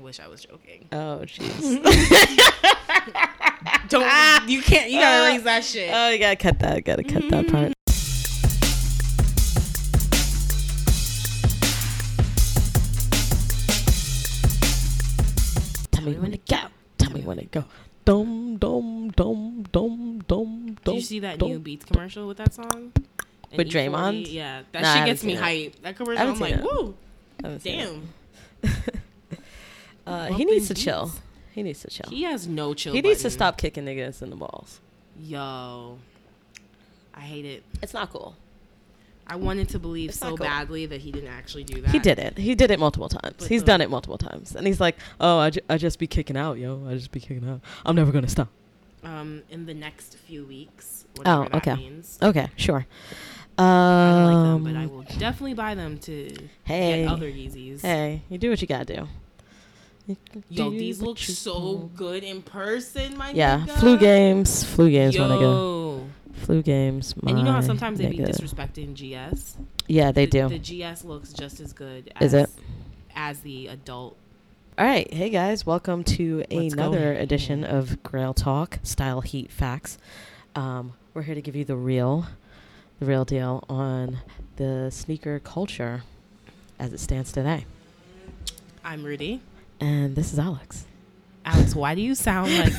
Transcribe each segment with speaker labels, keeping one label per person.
Speaker 1: wish I was joking.
Speaker 2: Oh, jeez.
Speaker 1: Don't you can't you gotta erase that shit.
Speaker 2: oh, you gotta cut that. Gotta cut that
Speaker 1: Mm-hmm.
Speaker 2: part. Tell me when to go. Tell me when to go. Dum dum dum dum dum
Speaker 1: Did
Speaker 2: dum.
Speaker 1: you see that
Speaker 2: dum.
Speaker 1: new Beats commercial with that song? And
Speaker 2: With
Speaker 1: E40?
Speaker 2: Draymond?
Speaker 1: Yeah, that
Speaker 2: Nah, I
Speaker 1: shit
Speaker 2: haven't
Speaker 1: gets me
Speaker 2: seen
Speaker 1: hyped. That commercial,
Speaker 2: haven't
Speaker 1: I'm
Speaker 2: seen
Speaker 1: like,
Speaker 2: it.
Speaker 1: woo,
Speaker 2: I haven't seen
Speaker 1: damn.
Speaker 2: it. uh, he
Speaker 1: Bumping
Speaker 2: needs to chill.
Speaker 1: beats.
Speaker 2: He needs to chill. He,
Speaker 1: He has no chill.
Speaker 2: needs to
Speaker 1: button.
Speaker 2: stop kicking niggas in the balls.
Speaker 1: Yo, I hate it.
Speaker 2: It's not cool.
Speaker 1: I wanted to believe
Speaker 2: It's
Speaker 1: so
Speaker 2: not cool.
Speaker 1: badly that he didn't actually do that.
Speaker 2: He did it. He did it multiple times.
Speaker 1: But
Speaker 2: he's
Speaker 1: the-
Speaker 2: done it multiple times. And he's like, oh, I, ju- I just be kicking out, yo. I just be kicking out. I'm never going to stop.
Speaker 1: Um, in the next few weeks.
Speaker 2: Oh,
Speaker 1: Whatever That
Speaker 2: okay.
Speaker 1: means.
Speaker 2: Okay, sure.
Speaker 1: I don't like them,
Speaker 2: Um,
Speaker 1: but I will definitely buy them to
Speaker 2: hey,
Speaker 1: get other Yeezys.
Speaker 2: hey, you do what you got to do. You
Speaker 1: Yo,
Speaker 2: do
Speaker 1: these
Speaker 2: what
Speaker 1: look
Speaker 2: you
Speaker 1: so
Speaker 2: do.
Speaker 1: good in person, my
Speaker 2: Yeah,
Speaker 1: nigga.
Speaker 2: flu games, flu games, my nigga.
Speaker 1: Yo.
Speaker 2: Flu games, my
Speaker 1: And you know how sometimes they be
Speaker 2: nigga.
Speaker 1: disrespecting GS?
Speaker 2: Yeah, they
Speaker 1: the, The
Speaker 2: do.
Speaker 1: GS looks just as good as,
Speaker 2: Is it?
Speaker 1: as the adult.
Speaker 2: All right, hey guys, welcome to
Speaker 1: What's
Speaker 2: another
Speaker 1: going
Speaker 2: edition of Grail Talk Style Heat Facts. Um, we're here to give you the real, the real deal on the sneaker culture as it stands today.
Speaker 1: I'm Rudy.
Speaker 2: And this is Alex.
Speaker 1: Alex, why do you sound like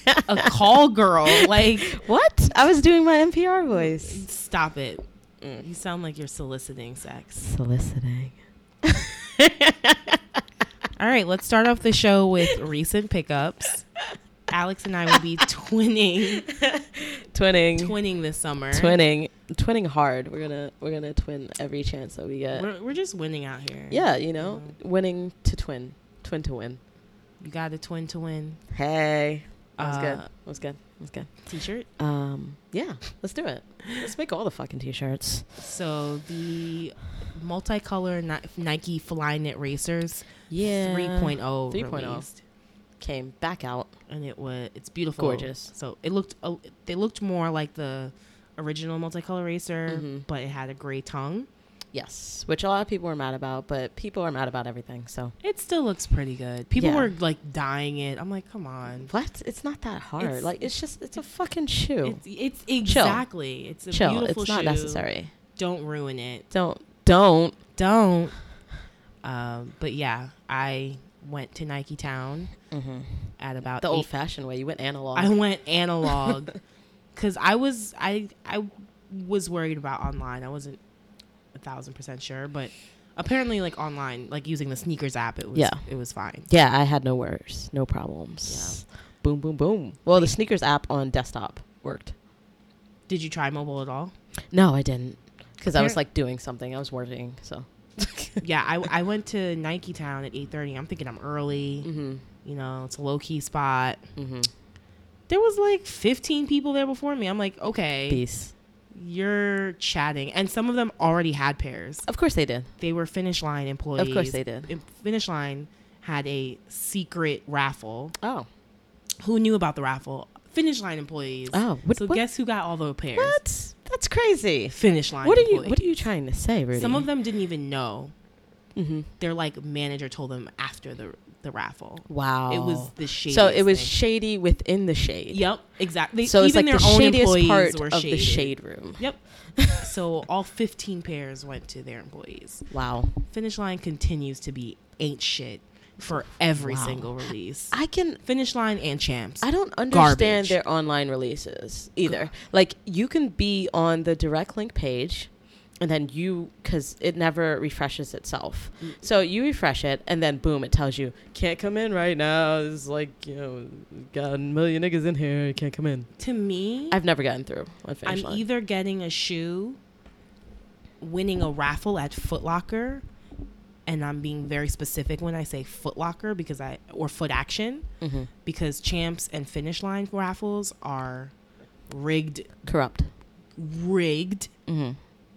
Speaker 1: a call girl? Like,
Speaker 2: What? I was doing my NPR voice.
Speaker 1: stop it. Mm, You sound like you're soliciting sex.
Speaker 2: Soliciting.
Speaker 1: All right, let's start off the show with recent pickups. Alex and I will be twinning,
Speaker 2: Twinning.
Speaker 1: twinning this summer.
Speaker 2: Twinning. Twinning hard. We're gonna we're gonna twin every chance that we get.
Speaker 1: We're, we're just winning out here. Mm.
Speaker 2: yeah, you know, winning to twin. Twin to win.
Speaker 1: You got a twin to win
Speaker 2: Hey. That was good.
Speaker 1: Uh,
Speaker 2: That was good. That was good.
Speaker 1: t-shirt.
Speaker 2: Um, yeah, let's do it. Let's make all the fucking t-shirts.
Speaker 1: So the multicolor Ni- Nike Fly Knit Racers
Speaker 2: Yeah.
Speaker 1: 3.0
Speaker 2: 3.0.
Speaker 1: 3.0 released.
Speaker 2: came back out.
Speaker 1: and it was it's beautiful,
Speaker 2: Gorgeous.
Speaker 1: So it looked uh, they looked more like the original multicolor racer,
Speaker 2: Mhm.
Speaker 1: but it had a gray tongue.
Speaker 2: Yes, which a lot of people were mad about, but people are mad about everything. So
Speaker 1: It still looks pretty good. People
Speaker 2: Yeah.
Speaker 1: were like dying it. I'm like, come on.
Speaker 2: what? It's not that hard.
Speaker 1: It's-
Speaker 2: like it's just it's a fucking shoe.
Speaker 1: It's, it's exactly. It's a
Speaker 2: Chill.
Speaker 1: beautiful
Speaker 2: It's not
Speaker 1: shoe.
Speaker 2: necessary.
Speaker 1: Don't ruin it.
Speaker 2: Don't don't.
Speaker 1: Don't. Um, but yeah, I went to Nike Town at about
Speaker 2: Mm-hmm. The
Speaker 1: eight
Speaker 2: old-fashioned way. You went analog.
Speaker 1: I went analog because I was I I was worried about online. I wasn't a thousand percent sure, but apparently, like online, like using the sneakers app, it was
Speaker 2: Yeah.
Speaker 1: it was fine.
Speaker 2: yeah, I had no worries, no problems. Boom, boom, boom. Well, the sneakers app on desktop worked.
Speaker 1: Did you try mobile at all?
Speaker 2: No, I didn't, because I was
Speaker 1: Appar-
Speaker 2: like doing something. I was working, so.
Speaker 1: yeah, I, I went to Nike Town at eight thirty. I'm thinking I'm early.
Speaker 2: Mm-hmm.
Speaker 1: You know, it's a low key spot.
Speaker 2: Mm-hmm.
Speaker 1: There was like fifteen people there before me. I'm like, okay,
Speaker 2: Peace.
Speaker 1: you're chatting, and some of them already had pairs.
Speaker 2: Of course they did.
Speaker 1: they were finish line employees.
Speaker 2: they did.
Speaker 1: Em- Finish line had a secret raffle.
Speaker 2: Oh.
Speaker 1: Who knew about the raffle? Finish line employees.
Speaker 2: Oh, what-
Speaker 1: so
Speaker 2: what-
Speaker 1: guess who got all the pairs?
Speaker 2: What? That's crazy.
Speaker 1: Finish line.
Speaker 2: What are you
Speaker 1: employees.
Speaker 2: What are you trying to say, Rudy?
Speaker 1: Some of them didn't even know.
Speaker 2: Mhm.
Speaker 1: Their like manager told them after the the raffle.
Speaker 2: Wow.
Speaker 1: It was the shady.
Speaker 2: So it was shady within the shade.
Speaker 1: Yep, exactly.
Speaker 2: So it's
Speaker 1: Even
Speaker 2: like
Speaker 1: their
Speaker 2: the
Speaker 1: own
Speaker 2: shadiest
Speaker 1: employees
Speaker 2: part
Speaker 1: were
Speaker 2: of the
Speaker 1: shaded.
Speaker 2: shade room.
Speaker 1: Yep. so all 15 pairs went to their employees.
Speaker 2: Wow.
Speaker 1: Finish line continues to be ain't shit for every
Speaker 2: Wow.
Speaker 1: single release.
Speaker 2: I can
Speaker 1: Finish line and champs.
Speaker 2: I don't understand
Speaker 1: Garbage.
Speaker 2: their online releases either. Like you can be on the direct link page and then you cuz it never refreshes itself. So you refresh it and then boom it tells you can't come in right now. There's like, you know, got a million niggas in here, you can't come in.
Speaker 1: to me,
Speaker 2: I've never gotten through on
Speaker 1: I'm
Speaker 2: Finish Line.
Speaker 1: either getting a shoe, winning a raffle at Foot Locker, and I'm being very specific when I say Foot Locker because I or Foot Action
Speaker 2: Mhm.
Speaker 1: because champs and finish line raffles are rigged,
Speaker 2: corrupt.
Speaker 1: rigged.
Speaker 2: Mhm.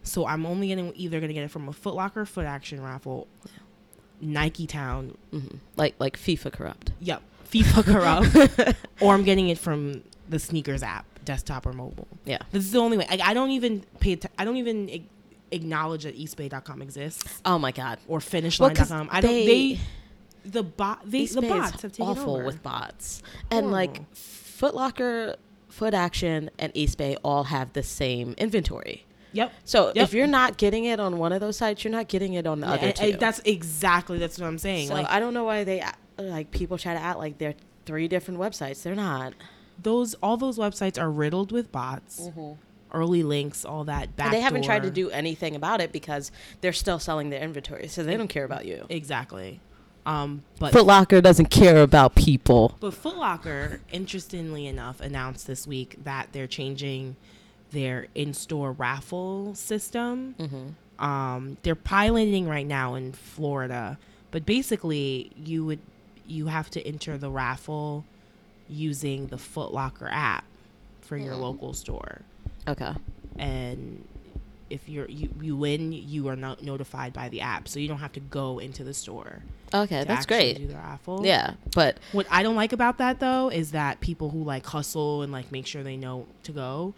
Speaker 1: So I'm only getting either going to get it from a Foot Locker, Foot Action raffle, Nike Town,
Speaker 2: hmm Like like FIFA corrupt.
Speaker 1: yep, FIFA Corrupt, or I'm getting it from the sneakers app, desktop or mobile.
Speaker 2: Yeah.
Speaker 1: This is the only way. Like, I don't even pay. atten- I don't even ag- acknowledge that eastbay.com exists
Speaker 2: Oh my god.
Speaker 1: or
Speaker 2: Well, 'cause
Speaker 1: finishline.com. I don't. They,
Speaker 2: they-
Speaker 1: the bot they, the
Speaker 2: eBay is
Speaker 1: bots have taken
Speaker 2: awful
Speaker 1: over.
Speaker 2: with bots, and
Speaker 1: Horrible.
Speaker 2: like Foot Locker, Foot Action, and Eastbay all have the same inventory.
Speaker 1: yep.
Speaker 2: So
Speaker 1: Yep.
Speaker 2: if you're not getting it on one of those sites, you're not getting it on the
Speaker 1: Yeah,
Speaker 2: other
Speaker 1: and-
Speaker 2: two.
Speaker 1: and that's exactly that's what I'm saying.
Speaker 2: so
Speaker 1: like
Speaker 2: I don't know why they act- like people try to act like they're three different websites. They're not.
Speaker 1: those all those websites are riddled with bots, early links, all that. Back
Speaker 2: Mm. And they haven't tried to
Speaker 1: door.
Speaker 2: do anything about it because they're still selling their inventory, so they don't care about you.
Speaker 1: exactly. Um, but
Speaker 2: Foot Locker doesn't care about people.
Speaker 1: But Foot Locker, interestingly enough, announced this week that they're changing their in-store raffle system.
Speaker 2: Mm-hmm.
Speaker 1: Um, they're piloting right now in Florida, but basically, you would you have to enter the raffle using the Foot Locker app for
Speaker 2: Mm-hmm.
Speaker 1: your local store,
Speaker 2: Okay.
Speaker 1: and if you're you, you win, you are not notified by the app, so you don't have to go into the store.
Speaker 2: Okay,
Speaker 1: to
Speaker 2: that's
Speaker 1: actually
Speaker 2: great.
Speaker 1: Do the raffle,
Speaker 2: Yeah, but
Speaker 1: what I don't like about that though is that people who like hustle and like make sure they know to go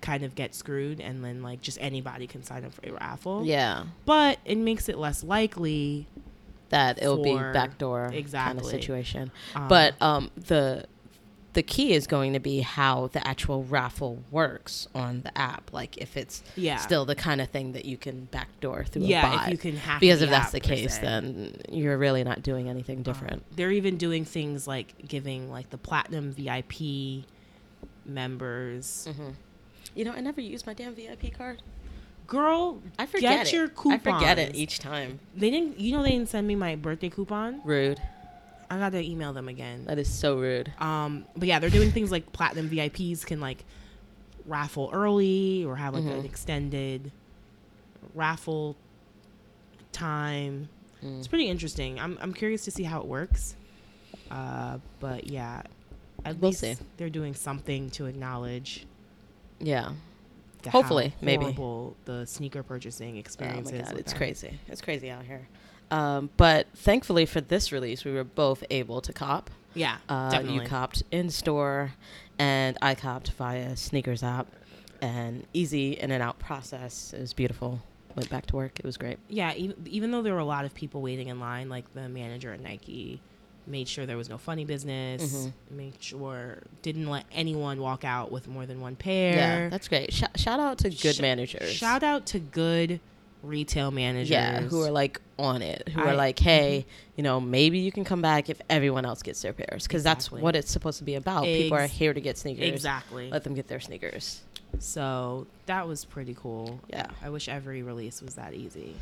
Speaker 1: kind of get screwed and then like just anybody can sign up for a raffle.
Speaker 2: yeah,
Speaker 1: But it makes it less likely.
Speaker 2: that it will be
Speaker 1: For-
Speaker 2: backdoor kind of
Speaker 1: exactly.
Speaker 2: situation.
Speaker 1: Um,
Speaker 2: but um, the the key is going to be how the actual raffle works on the app. Like if it's
Speaker 1: Yeah.
Speaker 2: still the kind of thing that you can backdoor through
Speaker 1: Yeah,
Speaker 2: a
Speaker 1: if
Speaker 2: bot.
Speaker 1: you can hack
Speaker 2: because
Speaker 1: the
Speaker 2: if that's
Speaker 1: app,
Speaker 2: the
Speaker 1: per
Speaker 2: case,
Speaker 1: se. Um, Uh-huh.
Speaker 2: then you're really not doing anything different.
Speaker 1: They're even doing things like giving like the platinum VIP members.
Speaker 2: Mm. Mm-hmm. You know, I never use my damn VIP card.
Speaker 1: Girl,
Speaker 2: I forget
Speaker 1: get
Speaker 2: it.
Speaker 1: your coupons.
Speaker 2: I forget it each time.
Speaker 1: They didn't. You know they didn't send me my birthday coupon.
Speaker 2: Rude.
Speaker 1: I gotta email them again.
Speaker 2: That is so rude.
Speaker 1: Um, but yeah, they're doing things like platinum VIPs can like raffle early or have like
Speaker 2: Mm-hmm.
Speaker 1: an extended raffle time. It's pretty interesting. I'm I'm curious to see how it works. Uh, but yeah, at
Speaker 2: We'll
Speaker 1: least
Speaker 2: see.
Speaker 1: they're doing something to acknowledge.
Speaker 2: Yeah.
Speaker 1: the
Speaker 2: Hopefully,
Speaker 1: how
Speaker 2: maybe.
Speaker 1: horrible the sneaker purchasing
Speaker 2: Oh
Speaker 1: experience
Speaker 2: my
Speaker 1: is.
Speaker 2: god,
Speaker 1: with
Speaker 2: it's
Speaker 1: them.
Speaker 2: crazy. It's crazy out here. Um, but thankfully for this release, we were both able to cop.
Speaker 1: Yeah,
Speaker 2: Uh,
Speaker 1: definitely.
Speaker 2: you copped in store, and I copped via sneakers app. And easy in and out process. It was beautiful. Went back to work. It was great.
Speaker 1: yeah, even, even though there were a lot of people waiting in line, like the manager at Nike made sure there was no funny business,
Speaker 2: Mm-hmm.
Speaker 1: made sure didn't let anyone walk out with more than one pair.
Speaker 2: Yeah, that's great. Sh- shout out to good
Speaker 1: Sh-
Speaker 2: managers.
Speaker 1: Shout out to good retail managers.
Speaker 2: yeah, who are like on it, who
Speaker 1: I-
Speaker 2: are like, hey, you know, maybe you can come back if everyone else gets their pairs, because
Speaker 1: Exactly.
Speaker 2: that's what it's supposed to be about. People are
Speaker 1: Ex-
Speaker 2: here to get sneakers.
Speaker 1: exactly.
Speaker 2: Let them get their sneakers.
Speaker 1: So that was pretty cool.
Speaker 2: Yeah.
Speaker 1: I wish every release was that easy.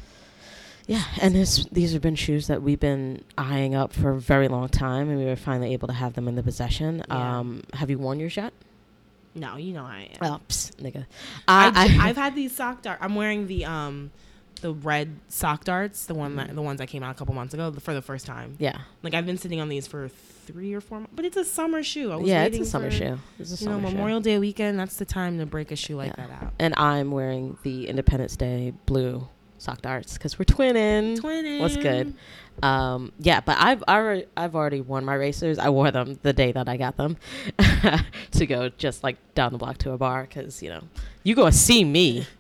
Speaker 2: Yeah, and this, these have been shoes that we've been eyeing up for a very long time, and we were finally able to have them in the possession.
Speaker 1: Yeah.
Speaker 2: Um, have you worn yours yet?
Speaker 1: No, you know I am.
Speaker 2: Oh, psst, nigga.
Speaker 1: I,
Speaker 2: I, I,
Speaker 1: have had these sock darts. I'm wearing the um, the red sock darts, the one
Speaker 2: Mm-hmm.
Speaker 1: that the ones that came out a couple months ago for the first time.
Speaker 2: yeah,
Speaker 1: Like I've been sitting on these for three or four months, but it's a summer shoe. I was
Speaker 2: yeah, it's a
Speaker 1: waiting
Speaker 2: summer
Speaker 1: for,
Speaker 2: shoe. It's a
Speaker 1: You know,
Speaker 2: summer shoe.
Speaker 1: Memorial Day weekend. That's the time to break a shoe like
Speaker 2: Yeah.
Speaker 1: that out.
Speaker 2: And I'm wearing the Independence Day blue sock darts because we're twinning.
Speaker 1: Twinning.
Speaker 2: What's good? Um, yeah, but I've already I've already worn my racers. I wore them the day that I got them to go just like down the block to a bar because you know you gonna see me.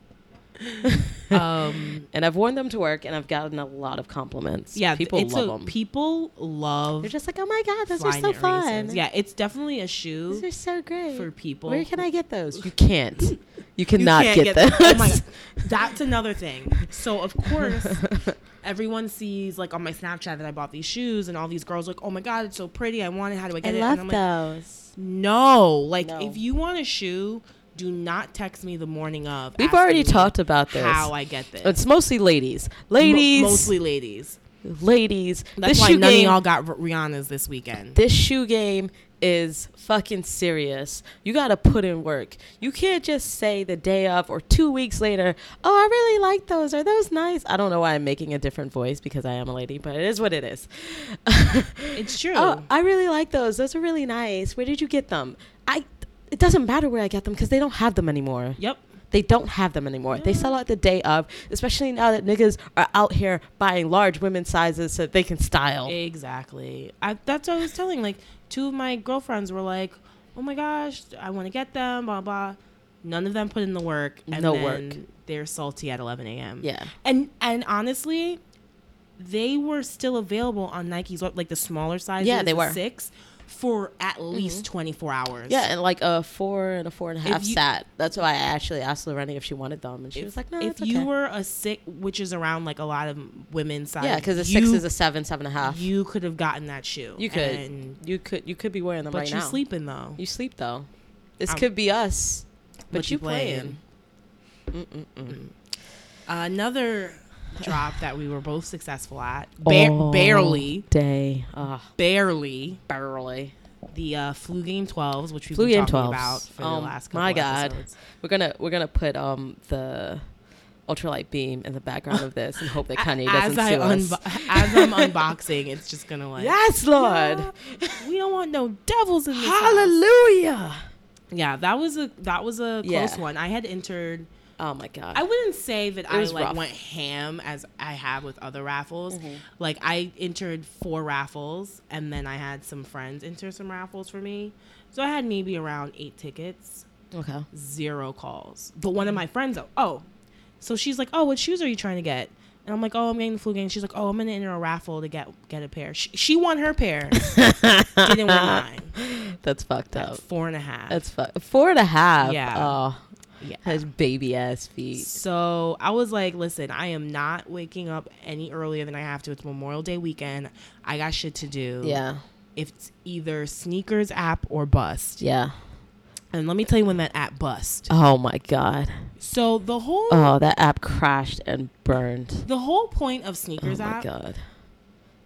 Speaker 1: Um,
Speaker 2: And I've worn them to work, and I've gotten a lot of compliments.
Speaker 1: yeah,
Speaker 2: people
Speaker 1: it's
Speaker 2: love
Speaker 1: a-
Speaker 2: them.
Speaker 1: People love.
Speaker 2: They're just like, oh my god, those are
Speaker 1: flying
Speaker 2: so
Speaker 1: at races.
Speaker 2: fun.
Speaker 1: Yeah, it's definitely a
Speaker 2: these
Speaker 1: shoe
Speaker 2: are so great.
Speaker 1: for people.
Speaker 2: Where can I get those? You can't. You cannot
Speaker 1: can't
Speaker 2: get,
Speaker 1: them.
Speaker 2: those.
Speaker 1: Oh my, that's another thing. So of course, everyone sees like on my Snapchat that I bought these shoes, and all these girls are like, oh my god, it's so pretty. I want it. How do I
Speaker 2: I
Speaker 1: get it?
Speaker 2: love
Speaker 1: and I'm like,
Speaker 2: those.
Speaker 1: No, like
Speaker 2: No.
Speaker 1: if you want a shoe, do not text me the morning of.
Speaker 2: We've
Speaker 1: asking
Speaker 2: already
Speaker 1: me
Speaker 2: talked about this.
Speaker 1: how I get this.
Speaker 2: It's mostly ladies.
Speaker 1: Mo-
Speaker 2: Ladies.
Speaker 1: mostly ladies.
Speaker 2: Ladies.
Speaker 1: That's
Speaker 2: this
Speaker 1: why
Speaker 2: shoe
Speaker 1: none
Speaker 2: game.
Speaker 1: of y'all got R- Rihanna's this weekend.
Speaker 2: this shoe game is fucking serious. You got to put in work. You can't just say the day of or 2 weeks later, "Oh, I really like those. Are those nice?" I don't know why I'm making a different voice because I am a lady, but it is what it is.
Speaker 1: It's true.
Speaker 2: Oh, I really like those. Those are really nice. Where did you get them? I it doesn't matter where I got them because they don't have them anymore.
Speaker 1: yep.
Speaker 2: They don't have them anymore. They sell out the day of, especially now that niggas are out here buying large women's sizes so they can style.
Speaker 1: Eh. Exactly. I, that's what I was telling. Like two of my girlfriends were like, "Oh my gosh, I want to get them." Blah blah. None of them put in the work. And
Speaker 2: No
Speaker 1: then
Speaker 2: work.
Speaker 1: They're salty at 11 a.m.
Speaker 2: Yeah.
Speaker 1: And and honestly, they were still available on Nike's web- like the smaller sizes.
Speaker 2: Yeah, they
Speaker 1: the
Speaker 2: were. Mm-hmm.
Speaker 1: six for at least twenty four hours.
Speaker 2: Yeah, and like a four and a four and a
Speaker 1: If
Speaker 2: half
Speaker 1: you-
Speaker 2: sat. That's why I actually asked Lorena if she wanted them, and she
Speaker 1: If-
Speaker 2: was like, "No,
Speaker 1: if
Speaker 2: it's
Speaker 1: you
Speaker 2: okay."
Speaker 1: were a six, which is around like a lot of women's size,
Speaker 2: yeah, because a
Speaker 1: you-
Speaker 2: six is a seven, seven and a half. You,
Speaker 1: you could have gotten that shoe.
Speaker 2: could,
Speaker 1: and-
Speaker 2: you could, you could be wearing them
Speaker 1: but
Speaker 2: right
Speaker 1: you're
Speaker 2: now.
Speaker 1: sleeping though.
Speaker 2: You sleep though. This
Speaker 1: I'm-
Speaker 2: could be us, but,
Speaker 1: But
Speaker 2: you
Speaker 1: you playing.
Speaker 2: playing. Mm-mm-mm.
Speaker 1: Another drop that we were both successful at, ba-
Speaker 2: All
Speaker 1: barely,
Speaker 2: day. Ah,
Speaker 1: barely,
Speaker 2: barely.
Speaker 1: the uh, flu game twelves, which we've
Speaker 2: Flu
Speaker 1: been
Speaker 2: game
Speaker 1: talking
Speaker 2: twelve.
Speaker 1: about for the last couple
Speaker 2: Um, my god,
Speaker 1: episodes.
Speaker 2: we're gonna we're gonna put um the ultralight beam in the background of this and hope that Kanye
Speaker 1: as
Speaker 2: doesn't
Speaker 1: I
Speaker 2: sue us.
Speaker 1: unbo- as I'm unboxing, it's just gonna like
Speaker 2: yes, Lord.
Speaker 1: we don't want no devils in this. house.
Speaker 2: Hallelujah.
Speaker 1: Yeah, that was a that was a
Speaker 2: Yeah.
Speaker 1: close one. I had entered.
Speaker 2: Oh my god.
Speaker 1: I wouldn't say that I
Speaker 2: was
Speaker 1: like
Speaker 2: rough. Mm-hmm.
Speaker 1: went ham as I have with other raffles. Like I entered four raffles, and then I had some friends enter some raffles for me. So I had maybe around eight tickets,
Speaker 2: okay.
Speaker 1: zero calls. But one of my friends, oh, oh, so she's like, oh, what shoes are you trying to get? And I'm like, oh, I'm getting the flu game. She's like, oh, I'm gonna enter a raffle to get get a pair. She, she won her pair, didn't win mine.
Speaker 2: That's fucked
Speaker 1: That's
Speaker 2: up.
Speaker 1: four and a half.
Speaker 2: That's fu- four and a half.
Speaker 1: Yeah.
Speaker 2: Oh,
Speaker 1: yeah.
Speaker 2: his baby ass feet.
Speaker 1: So I was like, listen, I am not waking up any earlier than I have to. It's Memorial Day weekend. I got shit to do.
Speaker 2: Yeah.
Speaker 1: If it's either sneakers app or bust.
Speaker 2: Yeah.
Speaker 1: And let me tell you when that app bust.
Speaker 2: Oh my god.
Speaker 1: So the whole
Speaker 2: Oh, that app crashed and burned.
Speaker 1: the whole point of sneakers
Speaker 2: oh my
Speaker 1: app.
Speaker 2: god.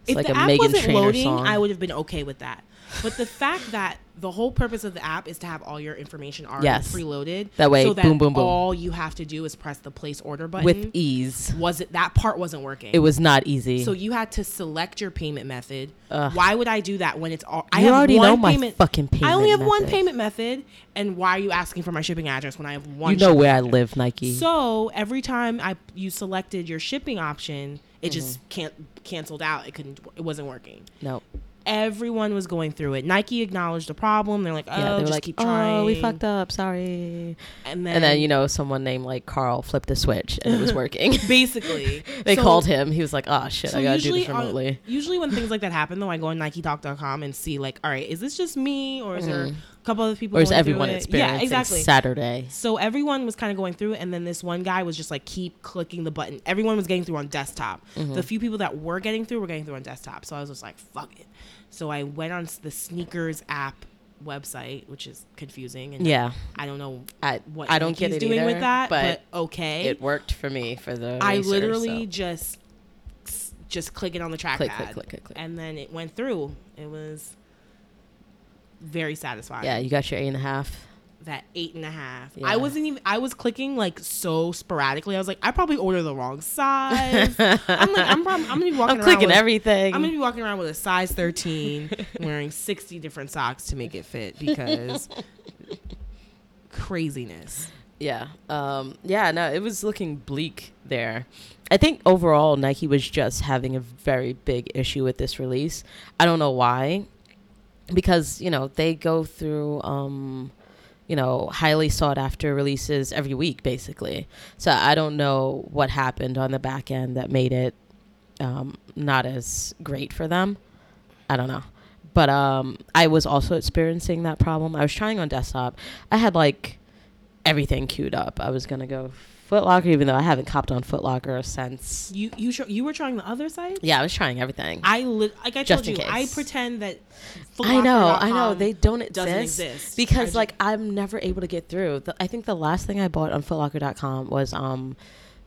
Speaker 2: It's
Speaker 1: If
Speaker 2: like
Speaker 1: the
Speaker 2: a
Speaker 1: app
Speaker 2: Megan
Speaker 1: wasn't
Speaker 2: Trainor
Speaker 1: loading,
Speaker 2: song.
Speaker 1: I would have been okay with that. But the fact that the whole purpose of the app is to have all your information already
Speaker 2: Yes.
Speaker 1: preloaded.
Speaker 2: That way,
Speaker 1: so that
Speaker 2: boom, boom, boom.
Speaker 1: all you have to do is press the place order button.
Speaker 2: with ease.
Speaker 1: was it that part wasn't working?
Speaker 2: It was not easy.
Speaker 1: So you had to select your payment method.
Speaker 2: Ugh.
Speaker 1: Why would I do that when it's all? I
Speaker 2: You
Speaker 1: have
Speaker 2: already
Speaker 1: one
Speaker 2: know my
Speaker 1: payment.
Speaker 2: fucking
Speaker 1: I only have
Speaker 2: payment
Speaker 1: one
Speaker 2: method.
Speaker 1: payment method, and why are you asking for my shipping address when I have one?
Speaker 2: you know
Speaker 1: shipping
Speaker 2: where I
Speaker 1: address?
Speaker 2: live, Nike.
Speaker 1: So every time I you selected your shipping option, it
Speaker 2: Mm-hmm.
Speaker 1: just can't canceled out. It couldn't. It wasn't working.
Speaker 2: no.
Speaker 1: Everyone was going through it. Nike acknowledged the problem. They're like, oh,
Speaker 2: Yeah, they were
Speaker 1: just
Speaker 2: like,
Speaker 1: keep
Speaker 2: "Oh,
Speaker 1: trying.
Speaker 2: we fucked up. Sorry."
Speaker 1: And then,
Speaker 2: And then you know, someone named like Carl flipped a switch and it was working.
Speaker 1: basically,
Speaker 2: they
Speaker 1: So-
Speaker 2: called him. He was like, "Oh shit,
Speaker 1: So
Speaker 2: I gotta do
Speaker 1: usually,
Speaker 2: this
Speaker 1: on-
Speaker 2: remotely."
Speaker 1: usually when things like that happen, though, I go on NikeTalk.com and see like, all right, is this just me, or is there a couple other people?
Speaker 2: Mm. or is
Speaker 1: going through
Speaker 2: everyone
Speaker 1: it?
Speaker 2: experiencing
Speaker 1: Yeah, exactly.
Speaker 2: Saturday?
Speaker 1: so everyone was kind of going through, and then this one guy was just like, keep clicking the button. Everyone was getting through on desktop.
Speaker 2: Mm-hmm.
Speaker 1: The few people that were getting through were getting through on desktop. So I was just like, fuck it. So I went on s- the sneakers app website, which is confusing. And
Speaker 2: Yeah,
Speaker 1: I don't know
Speaker 2: I
Speaker 1: what
Speaker 2: I don't get it
Speaker 1: Nike's doing
Speaker 2: either,
Speaker 1: with that,
Speaker 2: but,
Speaker 1: but, okay.
Speaker 2: it worked for me for the.
Speaker 1: I
Speaker 2: racer,
Speaker 1: literally
Speaker 2: so.
Speaker 1: just just click it on the trackpad.
Speaker 2: click, click, click, click.
Speaker 1: And then it went through. It was very satisfying.
Speaker 2: yeah, you got your eight and a half.
Speaker 1: That eight and a half.
Speaker 2: Yeah.
Speaker 1: I wasn't even I was clicking like so sporadically. I was like, I probably ordered the wrong size. I'm like, I'm probably I'm gonna be walking
Speaker 2: I'm
Speaker 1: around
Speaker 2: clicking
Speaker 1: with,
Speaker 2: everything.
Speaker 1: I'm gonna be walking around with a size thirteen, wearing sixty different socks to make it fit because craziness.
Speaker 2: Yeah. Um, yeah, no, it was looking bleak there. I think overall, Nike was just having a very big issue with this release. I don't know why. Because, you know, they go through, um, you know, highly sought after releases every week, basically. So I don't know what happened on the back end that made it um, not as great for them. I don't know. But um, I was also experiencing that problem. I was trying on desktop. I had like everything queued up. I was gonna go Foot Locker, even though I haven't copped on Foot Locker since.
Speaker 1: You you sure you were trying the other side?
Speaker 2: Yeah, I was trying everything. I,
Speaker 1: I li- like I
Speaker 2: Just
Speaker 1: told you,
Speaker 2: in
Speaker 1: I
Speaker 2: case.
Speaker 1: pretend that.
Speaker 2: know, I
Speaker 1: Footlocker.com
Speaker 2: know they don't exist,
Speaker 1: doesn't exist I
Speaker 2: because
Speaker 1: ju-
Speaker 2: like I'm never able to get through. The, I think the last thing I bought on FootLocker.com was um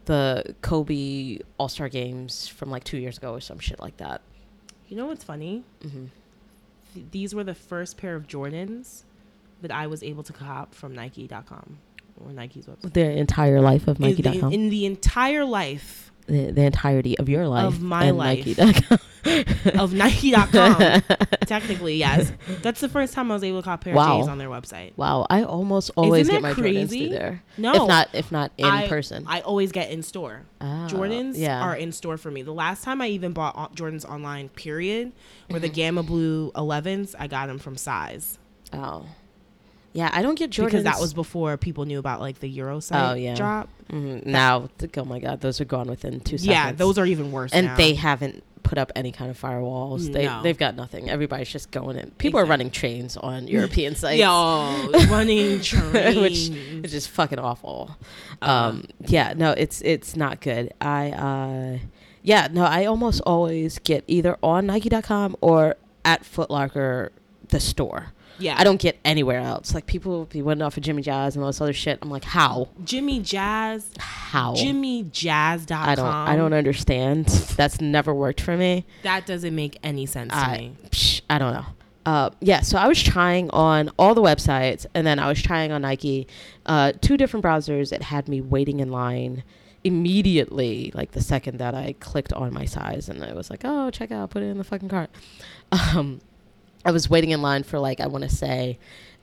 Speaker 2: the Kobe All Star Games from like two years ago or some shit like that. Mm-hmm.
Speaker 1: you know what's funny? Th- these were the first pair of Jordans that I was able to cop from Nike.com or Nike's website.
Speaker 2: The entire life of
Speaker 1: In the,
Speaker 2: Nike.com,
Speaker 1: in the entire life
Speaker 2: the, the entirety of your life
Speaker 1: Of my
Speaker 2: and
Speaker 1: life.
Speaker 2: Nike.com.
Speaker 1: of Nike.com, technically yes, that's the first time I was able to cop a pair
Speaker 2: Wow.
Speaker 1: of J's on their website.
Speaker 2: Wow, I almost always
Speaker 1: that
Speaker 2: get my Jordans
Speaker 1: crazy?
Speaker 2: through there.
Speaker 1: No.
Speaker 2: if not, if not in
Speaker 1: I-
Speaker 2: person.
Speaker 1: I always get in store.
Speaker 2: Ah,
Speaker 1: Jordans
Speaker 2: yeah.
Speaker 1: are in store for me. The last time I even bought o- Jordans online,
Speaker 2: Mm-hmm.
Speaker 1: period, were the Gamma Blue 11s. I got them from Size.
Speaker 2: Oh. Yeah, I don't get Jordan
Speaker 1: because that was before people knew about like the Eurosite
Speaker 2: Oh, yeah.
Speaker 1: drop.
Speaker 2: now. Like, oh my god, those are gone within two seconds.
Speaker 1: Yeah, those are even worse.
Speaker 2: and
Speaker 1: now.
Speaker 2: they haven't put up any kind of firewalls. They
Speaker 1: No.
Speaker 2: they've got nothing. Everybody's just going in. People are
Speaker 1: Exactly.
Speaker 2: running trains on European sites.
Speaker 1: yo running train.
Speaker 2: which is just fucking awful.
Speaker 1: Uh-huh.
Speaker 2: Um, yeah, no, it's it's not good. I uh, yeah, no, I almost always get either on Nike.com or at Foot Locker, the store.
Speaker 1: yeah,
Speaker 2: I don't get anywhere else. Like people will be went off for Jimmy Jazz and all this other shit. I'm like, how?
Speaker 1: Jimmy Jazz,
Speaker 2: How?
Speaker 1: JimmyJazz.com.
Speaker 2: I don't. I don't understand. That's never worked for me.
Speaker 1: That doesn't make any sense to
Speaker 2: I,
Speaker 1: me.
Speaker 2: psh, I don't know. Uh, yeah, so I was trying on all the websites, and then I was trying on Nike, uh, two different browsers. It had me waiting in line immediately, like the second that I clicked on my size, and I was like, "Oh, check out, put it in the fucking cart." Um, I was waiting in line for like I want to say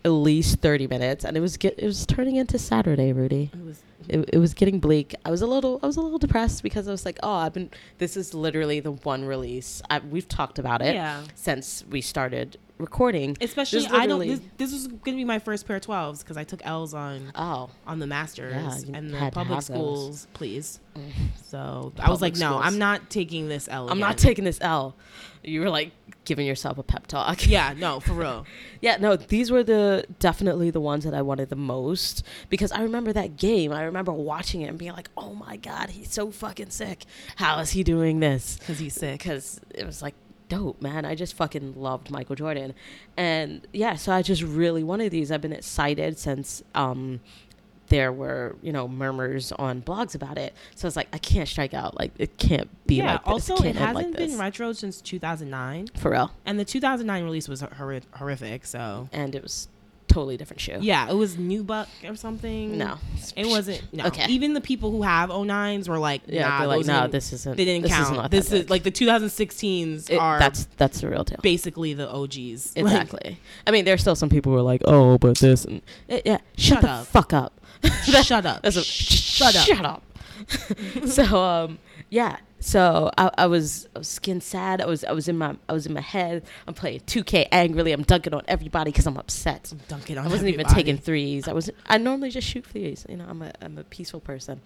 Speaker 2: at least thirty minutes, and it was get, it was turning into Saturday, Rudy
Speaker 1: It was
Speaker 2: it, it was getting bleak. I was a little I was a little depressed because I was like, oh, I've been this is literally the one release. I, we've talked about it
Speaker 1: Yeah.
Speaker 2: since we started recording.
Speaker 1: especially
Speaker 2: This
Speaker 1: I don't. This,
Speaker 2: literally-
Speaker 1: this was gonna be my first pair of twelves because I took L's on
Speaker 2: oh,
Speaker 1: on the masters
Speaker 2: you
Speaker 1: and
Speaker 2: had
Speaker 1: the
Speaker 2: to
Speaker 1: public
Speaker 2: have those.
Speaker 1: schools, please. So I was
Speaker 2: Public
Speaker 1: like, no,
Speaker 2: schools.
Speaker 1: I'm not taking this L.
Speaker 2: I'm not
Speaker 1: again.
Speaker 2: taking this L. You were like giving yourself a pep talk.
Speaker 1: yeah, no, for real.
Speaker 2: Yeah, no, these were the definitely the ones that I wanted the most because I remember that game. I remember watching it and being like, "Oh my god, he's so fucking sick. How is he doing this?"
Speaker 1: Because he's sick.
Speaker 2: because it was like dope, man. I just fucking loved Michael Jordan, and yeah, so I just really wanted these. I've been excited since um, there were you know murmurs on blogs about it. So it's like I can't strike out. Like it can't be
Speaker 1: yeah.
Speaker 2: like this.
Speaker 1: also,
Speaker 2: can't
Speaker 1: it
Speaker 2: end
Speaker 1: hasn't
Speaker 2: like
Speaker 1: been
Speaker 2: this.
Speaker 1: retro since 2009,
Speaker 2: for real,
Speaker 1: and the 2009 release was horri- horrific. So
Speaker 2: and it was totally different shoe.
Speaker 1: yeah, it was New Buck or something.
Speaker 2: No,
Speaker 1: It wasn't. No.
Speaker 2: Okay.
Speaker 1: Even the people who have 09s were like,
Speaker 2: Yeah,
Speaker 1: nah,
Speaker 2: they're like,
Speaker 1: those
Speaker 2: no,
Speaker 1: didn't-
Speaker 2: this isn't.
Speaker 1: They didn't
Speaker 2: this
Speaker 1: count.
Speaker 2: Isn't
Speaker 1: this
Speaker 2: authentic.
Speaker 1: is like the 2016s
Speaker 2: It-
Speaker 1: are
Speaker 2: that's that's the real deal.
Speaker 1: basically the OGs. Like,
Speaker 2: Exactly. I mean, there's still some people who are like, "Oh, but this and Eh, yeah." Shut,
Speaker 1: Shut
Speaker 2: the
Speaker 1: up.
Speaker 2: fuck up.
Speaker 1: shut up.
Speaker 2: That's a,
Speaker 1: shut up.
Speaker 2: Shut up. so um, yeah. So I, I was I was skin sad. I was I was in my I was in my head. I'm playing 2K angrily. I'm dunking on everybody because I'm upset.
Speaker 1: Dunk it on
Speaker 2: I wasn't even
Speaker 1: everybody.
Speaker 2: taking threes. I was I normally just shoot threes. You know, I'm a I'm a peaceful person.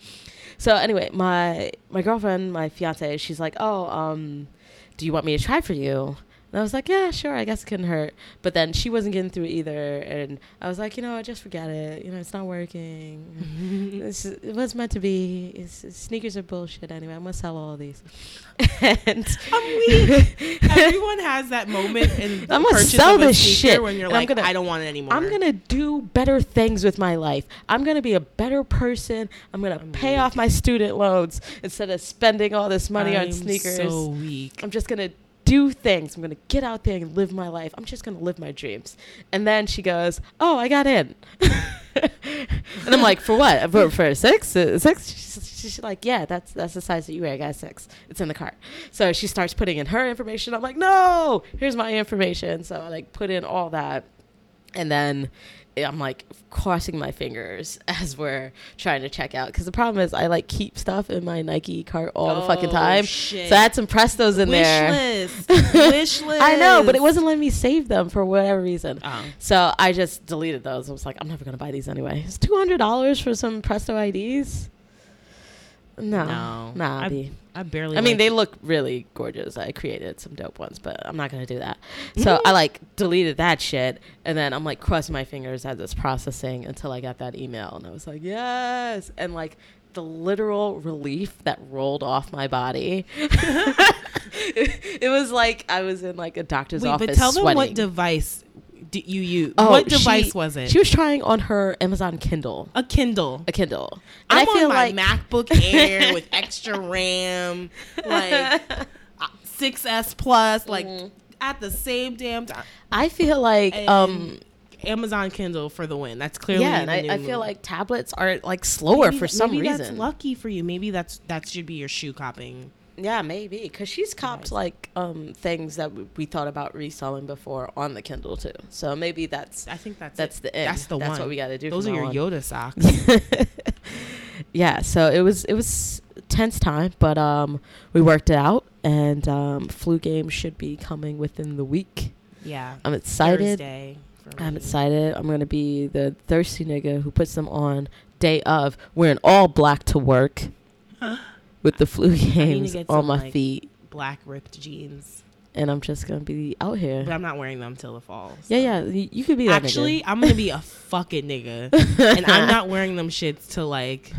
Speaker 2: So anyway, my my girlfriend, my fiance, she's like, "Oh, um, do you want me to try for you?" And I was like, "Yeah, sure. I guess it couldn't hurt." But then she wasn't getting through either, and I was like, "You know, what, just forget it. You know, it's not working. this is, it was meant to be. It's, sneakers are bullshit anyway. I'm gonna sell all of these." and
Speaker 1: I'm weak. Everyone has that moment in the
Speaker 2: I'm gonna
Speaker 1: purchase
Speaker 2: sell
Speaker 1: of a
Speaker 2: this
Speaker 1: sneaker
Speaker 2: shit,
Speaker 1: when you're
Speaker 2: and I'm
Speaker 1: like,
Speaker 2: gonna-
Speaker 1: I don't want it anymore.
Speaker 2: I'm gonna do better things with my life. I'm gonna be a better person. I'm gonna
Speaker 1: I'm
Speaker 2: pay
Speaker 1: weak.
Speaker 2: off my student loans instead of spending all this money
Speaker 1: I'm
Speaker 2: on sneakers.
Speaker 1: So weak.
Speaker 2: I'm just gonna do things. I'm gonna get out there and live my life. I'm just gonna live my dreams. And then she goes, "Oh, I got in." and I'm like, "For what? For, for a six? A six?" She's, she's like, "Yeah, that's that's the size that you wear. I got a six. It's in the cart." So she starts putting in her information. I'm like, "No, here's my information." So I like put in all that, and then. I'm like crossing my fingers as we're trying to check out because the problem is I like keep stuff in my Nike cart all the fucking
Speaker 1: Oh,
Speaker 2: time.
Speaker 1: shit.
Speaker 2: So I had some Prestos in
Speaker 1: wish
Speaker 2: there.
Speaker 1: list. wish list.
Speaker 2: I know, but it wasn't letting me save them for whatever reason.
Speaker 1: Oh.
Speaker 2: So I just deleted those. I was like, I'm never gonna buy these anyway. It's two hundred dollars for some Presto IDs. No,
Speaker 1: No.
Speaker 2: nah.
Speaker 1: I-
Speaker 2: B.
Speaker 1: I barely.
Speaker 2: I mean,
Speaker 1: like-
Speaker 2: they look really gorgeous. I created some dope ones, but I'm not gonna do that. So I like deleted that shit, and then I'm like crossing my fingers as it's processing until I got that email, and I was like, yes, and like the literal relief that rolled off my body. it was like I was in like a doctor's
Speaker 1: Wait,
Speaker 2: office.
Speaker 1: but tell them
Speaker 2: sweating.
Speaker 1: what device d- you used.
Speaker 2: Oh,
Speaker 1: what
Speaker 2: she-
Speaker 1: device was it?
Speaker 2: She was trying on her Amazon Kindle,
Speaker 1: a Kindle.
Speaker 2: a Kindle. And
Speaker 1: I'm
Speaker 2: I feel
Speaker 1: on my
Speaker 2: like
Speaker 1: MacBook Air with extra RAM, like uh, 6S Plus, like
Speaker 2: Mm.
Speaker 1: at the same damn time.
Speaker 2: I feel like um.
Speaker 1: And Amazon Kindle for the win. That's clearly
Speaker 2: yeah, and
Speaker 1: the
Speaker 2: I,
Speaker 1: new
Speaker 2: I feel
Speaker 1: move.
Speaker 2: like tablets are like slower
Speaker 1: Maybe
Speaker 2: for
Speaker 1: that-
Speaker 2: some
Speaker 1: maybe
Speaker 2: reason.
Speaker 1: That's lucky for you. Maybe that's that should be your shoe copying.
Speaker 2: Yeah, maybe because she's copped like um, things that w- we thought about reselling before on the Kindle too. So maybe that's
Speaker 1: I think that's
Speaker 2: That's
Speaker 1: it.
Speaker 2: the end.
Speaker 1: That's the
Speaker 2: That's
Speaker 1: one.
Speaker 2: what we gotta do
Speaker 1: Those
Speaker 2: from
Speaker 1: are
Speaker 2: now
Speaker 1: your Yoda socks.
Speaker 2: yeah. So it was it was tense time, but um, we worked it out, and um, flu game should be coming within the week.
Speaker 1: yeah.
Speaker 2: I'm excited.
Speaker 1: Thursday. for me.
Speaker 2: I'm excited. I'm gonna be the thirsty nigga who puts them on day of wearing all black to work with the flu games
Speaker 1: get
Speaker 2: on
Speaker 1: some,
Speaker 2: my
Speaker 1: like-
Speaker 2: feet,
Speaker 1: Black ripped jeans,
Speaker 2: and I'm just gonna be out here.
Speaker 1: but I'm not wearing them till the fall.
Speaker 2: yeah,
Speaker 1: so.
Speaker 2: yeah. You, you could be that nigga.
Speaker 1: Actually, I'm gonna be a fucking nigga, and I'm not wearing them shits till like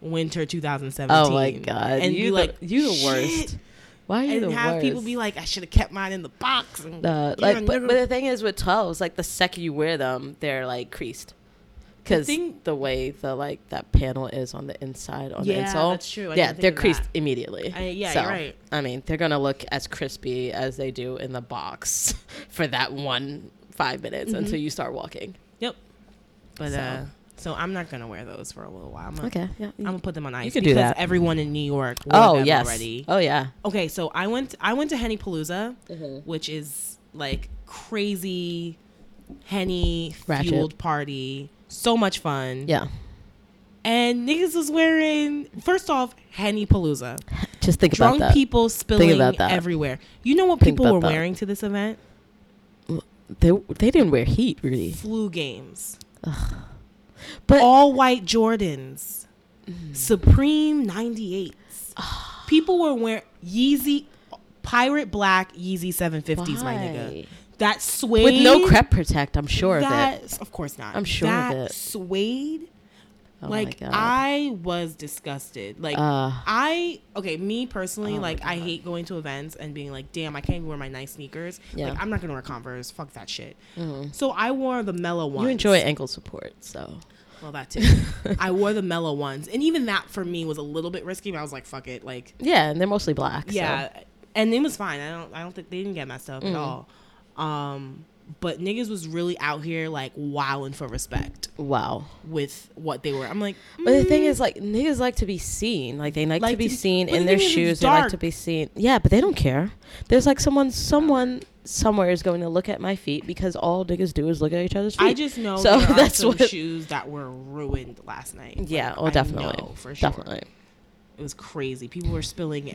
Speaker 1: winter 2017.
Speaker 2: Oh my god,
Speaker 1: and
Speaker 2: you
Speaker 1: be
Speaker 2: the,
Speaker 1: like
Speaker 2: you the
Speaker 1: "Shit,"
Speaker 2: worst. Why are you
Speaker 1: and
Speaker 2: the
Speaker 1: have
Speaker 2: worst?
Speaker 1: people be like, I should have kept mine in the box. And
Speaker 2: Uh,
Speaker 1: you
Speaker 2: like,
Speaker 1: know,
Speaker 2: but,
Speaker 1: nigga.
Speaker 2: but the thing is with twelves, like the second you wear them, they're like creased, because the,
Speaker 1: thing-
Speaker 2: way the like that panel is on the inside on the
Speaker 1: Yeah,
Speaker 2: insole,
Speaker 1: that's true. I
Speaker 2: yeah,
Speaker 1: didn't think
Speaker 2: they're
Speaker 1: of
Speaker 2: creased
Speaker 1: that.
Speaker 2: immediately.
Speaker 1: I- yeah,
Speaker 2: So,
Speaker 1: you're right.
Speaker 2: I mean, they're gonna look as crispy as they do in the box for that one five minutes
Speaker 1: Mm-hmm.
Speaker 2: until you start walking.
Speaker 1: Yep. But
Speaker 2: So.
Speaker 1: uh, so I'm not gonna wear those for a little while. I'm gonna,
Speaker 2: Okay, yeah.
Speaker 1: I'm gonna put them on ice
Speaker 2: could do
Speaker 1: because
Speaker 2: that.
Speaker 1: everyone in New York wore
Speaker 2: oh
Speaker 1: them
Speaker 2: yes.
Speaker 1: already.
Speaker 2: Oh yeah.
Speaker 1: Okay, so I went I went to Henny Palooza,
Speaker 2: Mhm.
Speaker 1: which is like crazy Henny
Speaker 2: Ratchet.
Speaker 1: fueled party. So much fun.
Speaker 2: Yeah.
Speaker 1: And niggas was wearing first off Henny Palooza.
Speaker 2: Just think about
Speaker 1: Drunk
Speaker 2: that.
Speaker 1: people spilling
Speaker 2: about that.
Speaker 1: everywhere. You know what
Speaker 2: Think
Speaker 1: people were
Speaker 2: about that.
Speaker 1: wearing to this event?
Speaker 2: they they didn't wear heat really,
Speaker 1: Flu games.
Speaker 2: but Mm.
Speaker 1: all white Jordans, Supreme 98s. People were wearing Yeezy, Pirate Black Yeezy 750s, my nigga.
Speaker 2: Why?
Speaker 1: That suede.
Speaker 2: with no crepe protect, I'm sure of it.
Speaker 1: That, Of course not.
Speaker 2: I'm sure of
Speaker 1: that
Speaker 2: it.
Speaker 1: suede.
Speaker 2: Oh
Speaker 1: like,
Speaker 2: my God.
Speaker 1: I was disgusted. Like,
Speaker 2: Uh.
Speaker 1: I, okay, me personally,
Speaker 2: Oh my
Speaker 1: like, I
Speaker 2: God.
Speaker 1: hate going to events and being like, damn, I can't even wear my nice sneakers.
Speaker 2: Yeah. Mm-hmm.
Speaker 1: Like, I'm not going to wear Converse. Fuck that shit. So I wore the mellow ones.
Speaker 2: You enjoy ankle support, so
Speaker 1: Well, that too. I wore the mellow ones, and even that for me was a little bit risky. But I was like, "Fuck it," like,
Speaker 2: yeah, and they're mostly black. so-
Speaker 1: yeah, and it was fine. I don't, I don't think they didn't get messed up
Speaker 2: Mm.
Speaker 1: at all. Um, but niggas was really out here like wowing for respect
Speaker 2: Wow.
Speaker 1: with what they were. I'm like,
Speaker 2: But the thing is, like niggas like to be seen. Like they like, to
Speaker 1: Mm. Like
Speaker 2: be
Speaker 1: to be-
Speaker 2: seen
Speaker 1: but the
Speaker 2: in their
Speaker 1: thing is, it's
Speaker 2: shoes. They like to
Speaker 1: dark.
Speaker 2: be seen. Yeah, but they don't care. There's like someone, someone somewhere is going to look at my feet because all niggas do is look at each other's feet.
Speaker 1: I just know
Speaker 2: So
Speaker 1: there
Speaker 2: that's
Speaker 1: are some
Speaker 2: what.
Speaker 1: shoes that were ruined last night.
Speaker 2: yeah.
Speaker 1: Like,
Speaker 2: Oh,
Speaker 1: I
Speaker 2: definitely.
Speaker 1: know for sure.
Speaker 2: Definitely.
Speaker 1: It was crazy. People were spilling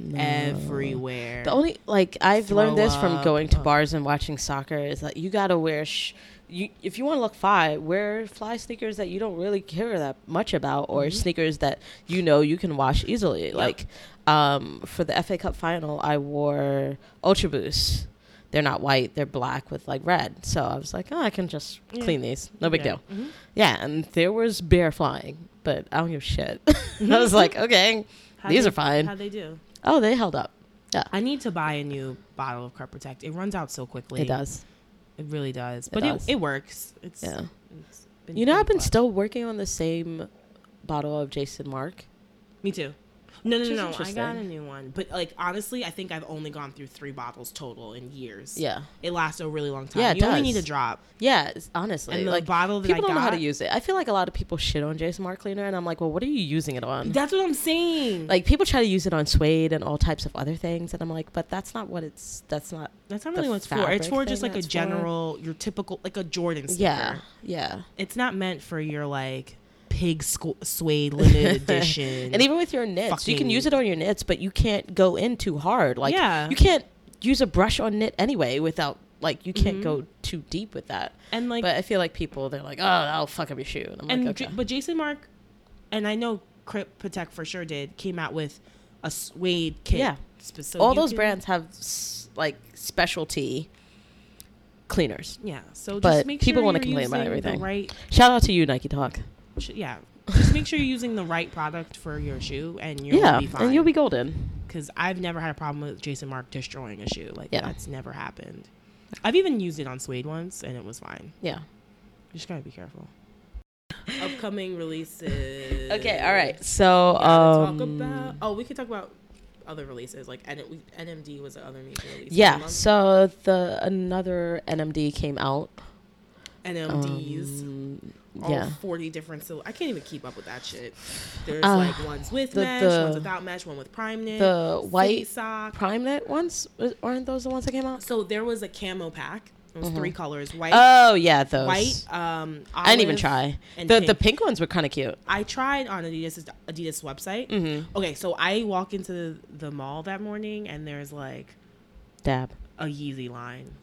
Speaker 1: everywhere.
Speaker 2: The only like I've learned
Speaker 1: Throw
Speaker 2: this from
Speaker 1: up,
Speaker 2: going to
Speaker 1: uh,
Speaker 2: bars and watching soccer is that you gotta wear sh- you if you want to look fly, wear fly sneakers that you don't really care that much about, or
Speaker 1: Mm-hmm.
Speaker 2: sneakers that you know you can wash easily. Like um, for the FA Cup final, I wore Ultra Boost. They're not white; they're black with like red. So I was like, oh, I can just
Speaker 1: Yeah.
Speaker 2: clean these. No big
Speaker 1: Yeah. Mm-hmm.
Speaker 2: deal. Yeah, and there was bear flying, but I don't give a shit. I was like, okay,
Speaker 1: Mm-hmm. How'd
Speaker 2: these
Speaker 1: they-
Speaker 2: are fine.
Speaker 1: How'd they do?
Speaker 2: Oh, they held up. Yeah.
Speaker 1: I need to buy a new bottle of Crep Protect. It runs out so quickly.
Speaker 2: It does.
Speaker 1: It really does. But it,
Speaker 2: does.
Speaker 1: It, works. It's
Speaker 2: Yeah.
Speaker 1: it's been
Speaker 2: You know, I've
Speaker 1: pretty
Speaker 2: been
Speaker 1: fun.
Speaker 2: still working on the same bottle of Jason Mark.
Speaker 1: Me too. No, no,
Speaker 2: Which is
Speaker 1: no, no. I got a
Speaker 2: interesting.
Speaker 1: new one, but like honestly, I think I've only gone through three bottles total in years.
Speaker 2: Yeah.
Speaker 1: it lasts a really long time.
Speaker 2: Yeah,
Speaker 1: Yeah,
Speaker 2: it
Speaker 1: you only
Speaker 2: does.
Speaker 1: need a drop.
Speaker 2: Yeah, it's, honestly.
Speaker 1: And the
Speaker 2: like,
Speaker 1: bottle that
Speaker 2: people
Speaker 1: I
Speaker 2: don't know how to
Speaker 1: got-
Speaker 2: use it. I feel like a lot of people shit on Jason Mark cleaner, and I'm like, well, what are you using it on?
Speaker 1: That's what I'm saying.
Speaker 2: like people try to use it on suede and all types of other things, and I'm like, but that's not what it's. That's not.
Speaker 1: that's not
Speaker 2: the
Speaker 1: really what it's for.
Speaker 2: fabric
Speaker 1: It's for just
Speaker 2: thing
Speaker 1: like a
Speaker 2: that's for-
Speaker 1: general, your typical, like a Jordan sneaker.
Speaker 2: Yeah, yeah.
Speaker 1: it's not meant for your like pig squ- suede limited edition.
Speaker 2: And even with your knits, you can
Speaker 1: fucking-
Speaker 2: use it on your knits, but you can't go in too hard. Like,
Speaker 1: Yeah.
Speaker 2: you can't use a brush on knit anyway without like you can't go too deep with that.
Speaker 1: and Mm-hmm. like
Speaker 2: but I feel like people they're like, oh, that'll fuck up your shoe. And I'm
Speaker 1: and
Speaker 2: like,
Speaker 1: J-
Speaker 2: okay.
Speaker 1: but Jason Mark, and I know Crip Protect for sure did came out with a suede kit.
Speaker 2: Yeah.
Speaker 1: Sp- so
Speaker 2: all
Speaker 1: you
Speaker 2: those
Speaker 1: can-
Speaker 2: brands have s- like specialty cleaners.
Speaker 1: Yeah, so
Speaker 2: but
Speaker 1: just make
Speaker 2: people
Speaker 1: sure
Speaker 2: wanna
Speaker 1: you're
Speaker 2: complain about
Speaker 1: using the
Speaker 2: everything.
Speaker 1: right?
Speaker 2: Shout out to you, Nike Talk.
Speaker 1: sh- Yeah, just make sure you're using the right product for your shoe, and you'll
Speaker 2: yeah,
Speaker 1: be fine.
Speaker 2: and you'll be golden.
Speaker 1: because I've never had a problem with Jason Mark destroying a shoe. Like
Speaker 2: Yeah.
Speaker 1: that's never happened. I've even used it on suede once, and it was fine.
Speaker 2: Yeah.
Speaker 1: You just gotta be careful. Upcoming releases.
Speaker 2: Okay. All right. So
Speaker 1: gotta
Speaker 2: um,
Speaker 1: talk about. Oh, we could talk about other releases. Like N- we, NMD was the other major release. of the
Speaker 2: yeah.
Speaker 1: month.
Speaker 2: So the another NMD came out.
Speaker 1: NMDs.
Speaker 2: Um,
Speaker 1: all
Speaker 2: yeah.
Speaker 1: 40 different sil- I can't even keep up with that shit. There's
Speaker 2: Uh,
Speaker 1: like ones with
Speaker 2: the-
Speaker 1: mesh,
Speaker 2: the-
Speaker 1: ones without mesh, one with prime knit,
Speaker 2: the
Speaker 1: city
Speaker 2: white
Speaker 1: sock.
Speaker 2: Prime Knit ones Was- aren't those the ones that came out?
Speaker 1: so there was a camo pack. It was three colors: white,
Speaker 2: Mm-hmm. Oh yeah, those.
Speaker 1: white. Um,
Speaker 2: I didn't even
Speaker 1: olive,
Speaker 2: try. The
Speaker 1: and
Speaker 2: the pink ones were kind of cute. Mm-hmm.
Speaker 1: I tried on Adidas Adidas
Speaker 2: Mm.
Speaker 1: website. Okay, so I walk into the, the mall that morning and there's like
Speaker 2: Dab.
Speaker 1: a Yeezy line.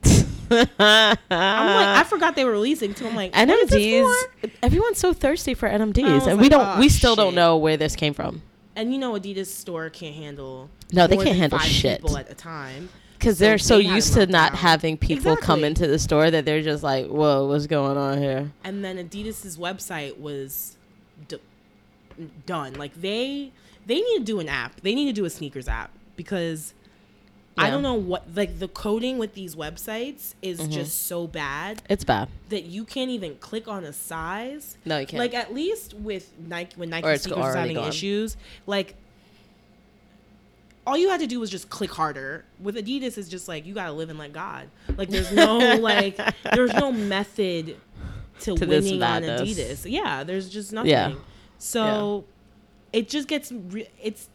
Speaker 1: I'm
Speaker 2: Uh,
Speaker 1: like, I forgot they were releasing too. I'm like, what is this
Speaker 2: NMDs.
Speaker 1: for?
Speaker 2: Everyone's so thirsty for
Speaker 1: I
Speaker 2: NMDs,
Speaker 1: was
Speaker 2: and we
Speaker 1: like,
Speaker 2: don't.
Speaker 1: "Oh,
Speaker 2: we still don't
Speaker 1: shit."
Speaker 2: know where this came from
Speaker 1: And you know, Adidas store can't handle.
Speaker 2: No, they
Speaker 1: more
Speaker 2: can't
Speaker 1: than
Speaker 2: handle
Speaker 1: five
Speaker 2: shit.
Speaker 1: people at a time.
Speaker 2: because
Speaker 1: So
Speaker 2: they're so
Speaker 1: they had
Speaker 2: used
Speaker 1: it
Speaker 2: to
Speaker 1: locked
Speaker 2: not
Speaker 1: down.
Speaker 2: having people come
Speaker 1: Exactly.
Speaker 2: into the store that they're just like, "Whoa, what's going on here?"
Speaker 1: And then Adidas's website was d- done. Like they they need to do an app. They need to do a sneakers app because I
Speaker 2: Yeah. Mm-hmm.
Speaker 1: don't know what like the coding with these websites is just so bad
Speaker 2: It's bad.
Speaker 1: that you can't even click on a size.
Speaker 2: No, you can't.
Speaker 1: Like at least with Nike, when
Speaker 2: Or
Speaker 1: Nike
Speaker 2: it's
Speaker 1: sneakers was
Speaker 2: already
Speaker 1: having
Speaker 2: gone.
Speaker 1: issues, like all you had to do was just click harder. With Adidas, it's just like you gotta live and let God. Like there's no like there's no method to,
Speaker 2: To this
Speaker 1: winning on
Speaker 2: madness.
Speaker 1: Adidas. Yeah, there's just nothing.
Speaker 2: Yeah.
Speaker 1: So it just gets re- it's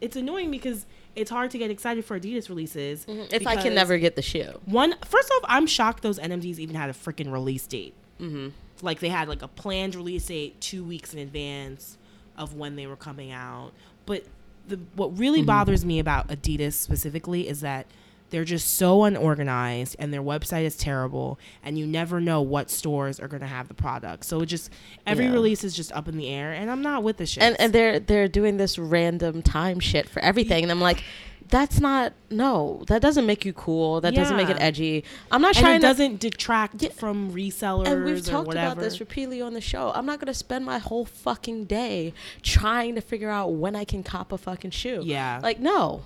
Speaker 1: it's annoying because it's hard to get excited for Adidas releases.
Speaker 2: if I can
Speaker 1: mm-hmm. because-
Speaker 2: never get the shoe,
Speaker 1: one first off, I'm shocked those NMDs even had a freaking release date. Mm-hmm. Like they had like a planned release date two weeks in advance of when they were coming out. But the, what really
Speaker 2: Mm-hmm.
Speaker 1: bothers me about Adidas specifically is that they're just so unorganized and their website is terrible, and you never know what stores are going to have the product. So it just every
Speaker 2: Yeah.
Speaker 1: release is just up in the air, and I'm not with the shit.
Speaker 2: and and they're they're doing this random time shit for everything, and I'm like. That's not no. That doesn't make you cool. That doesn't make it
Speaker 1: Yeah.
Speaker 2: edgy. I'm not
Speaker 1: and
Speaker 2: trying
Speaker 1: it
Speaker 2: to
Speaker 1: doesn't detract
Speaker 2: Yeah.
Speaker 1: from resellers
Speaker 2: and we've
Speaker 1: or
Speaker 2: talked
Speaker 1: whatever.
Speaker 2: about this repeatedly on the show. I'm not gonna spend my whole fucking day trying to figure out when I can cop a fucking shoe.
Speaker 1: Yeah.
Speaker 2: Like no,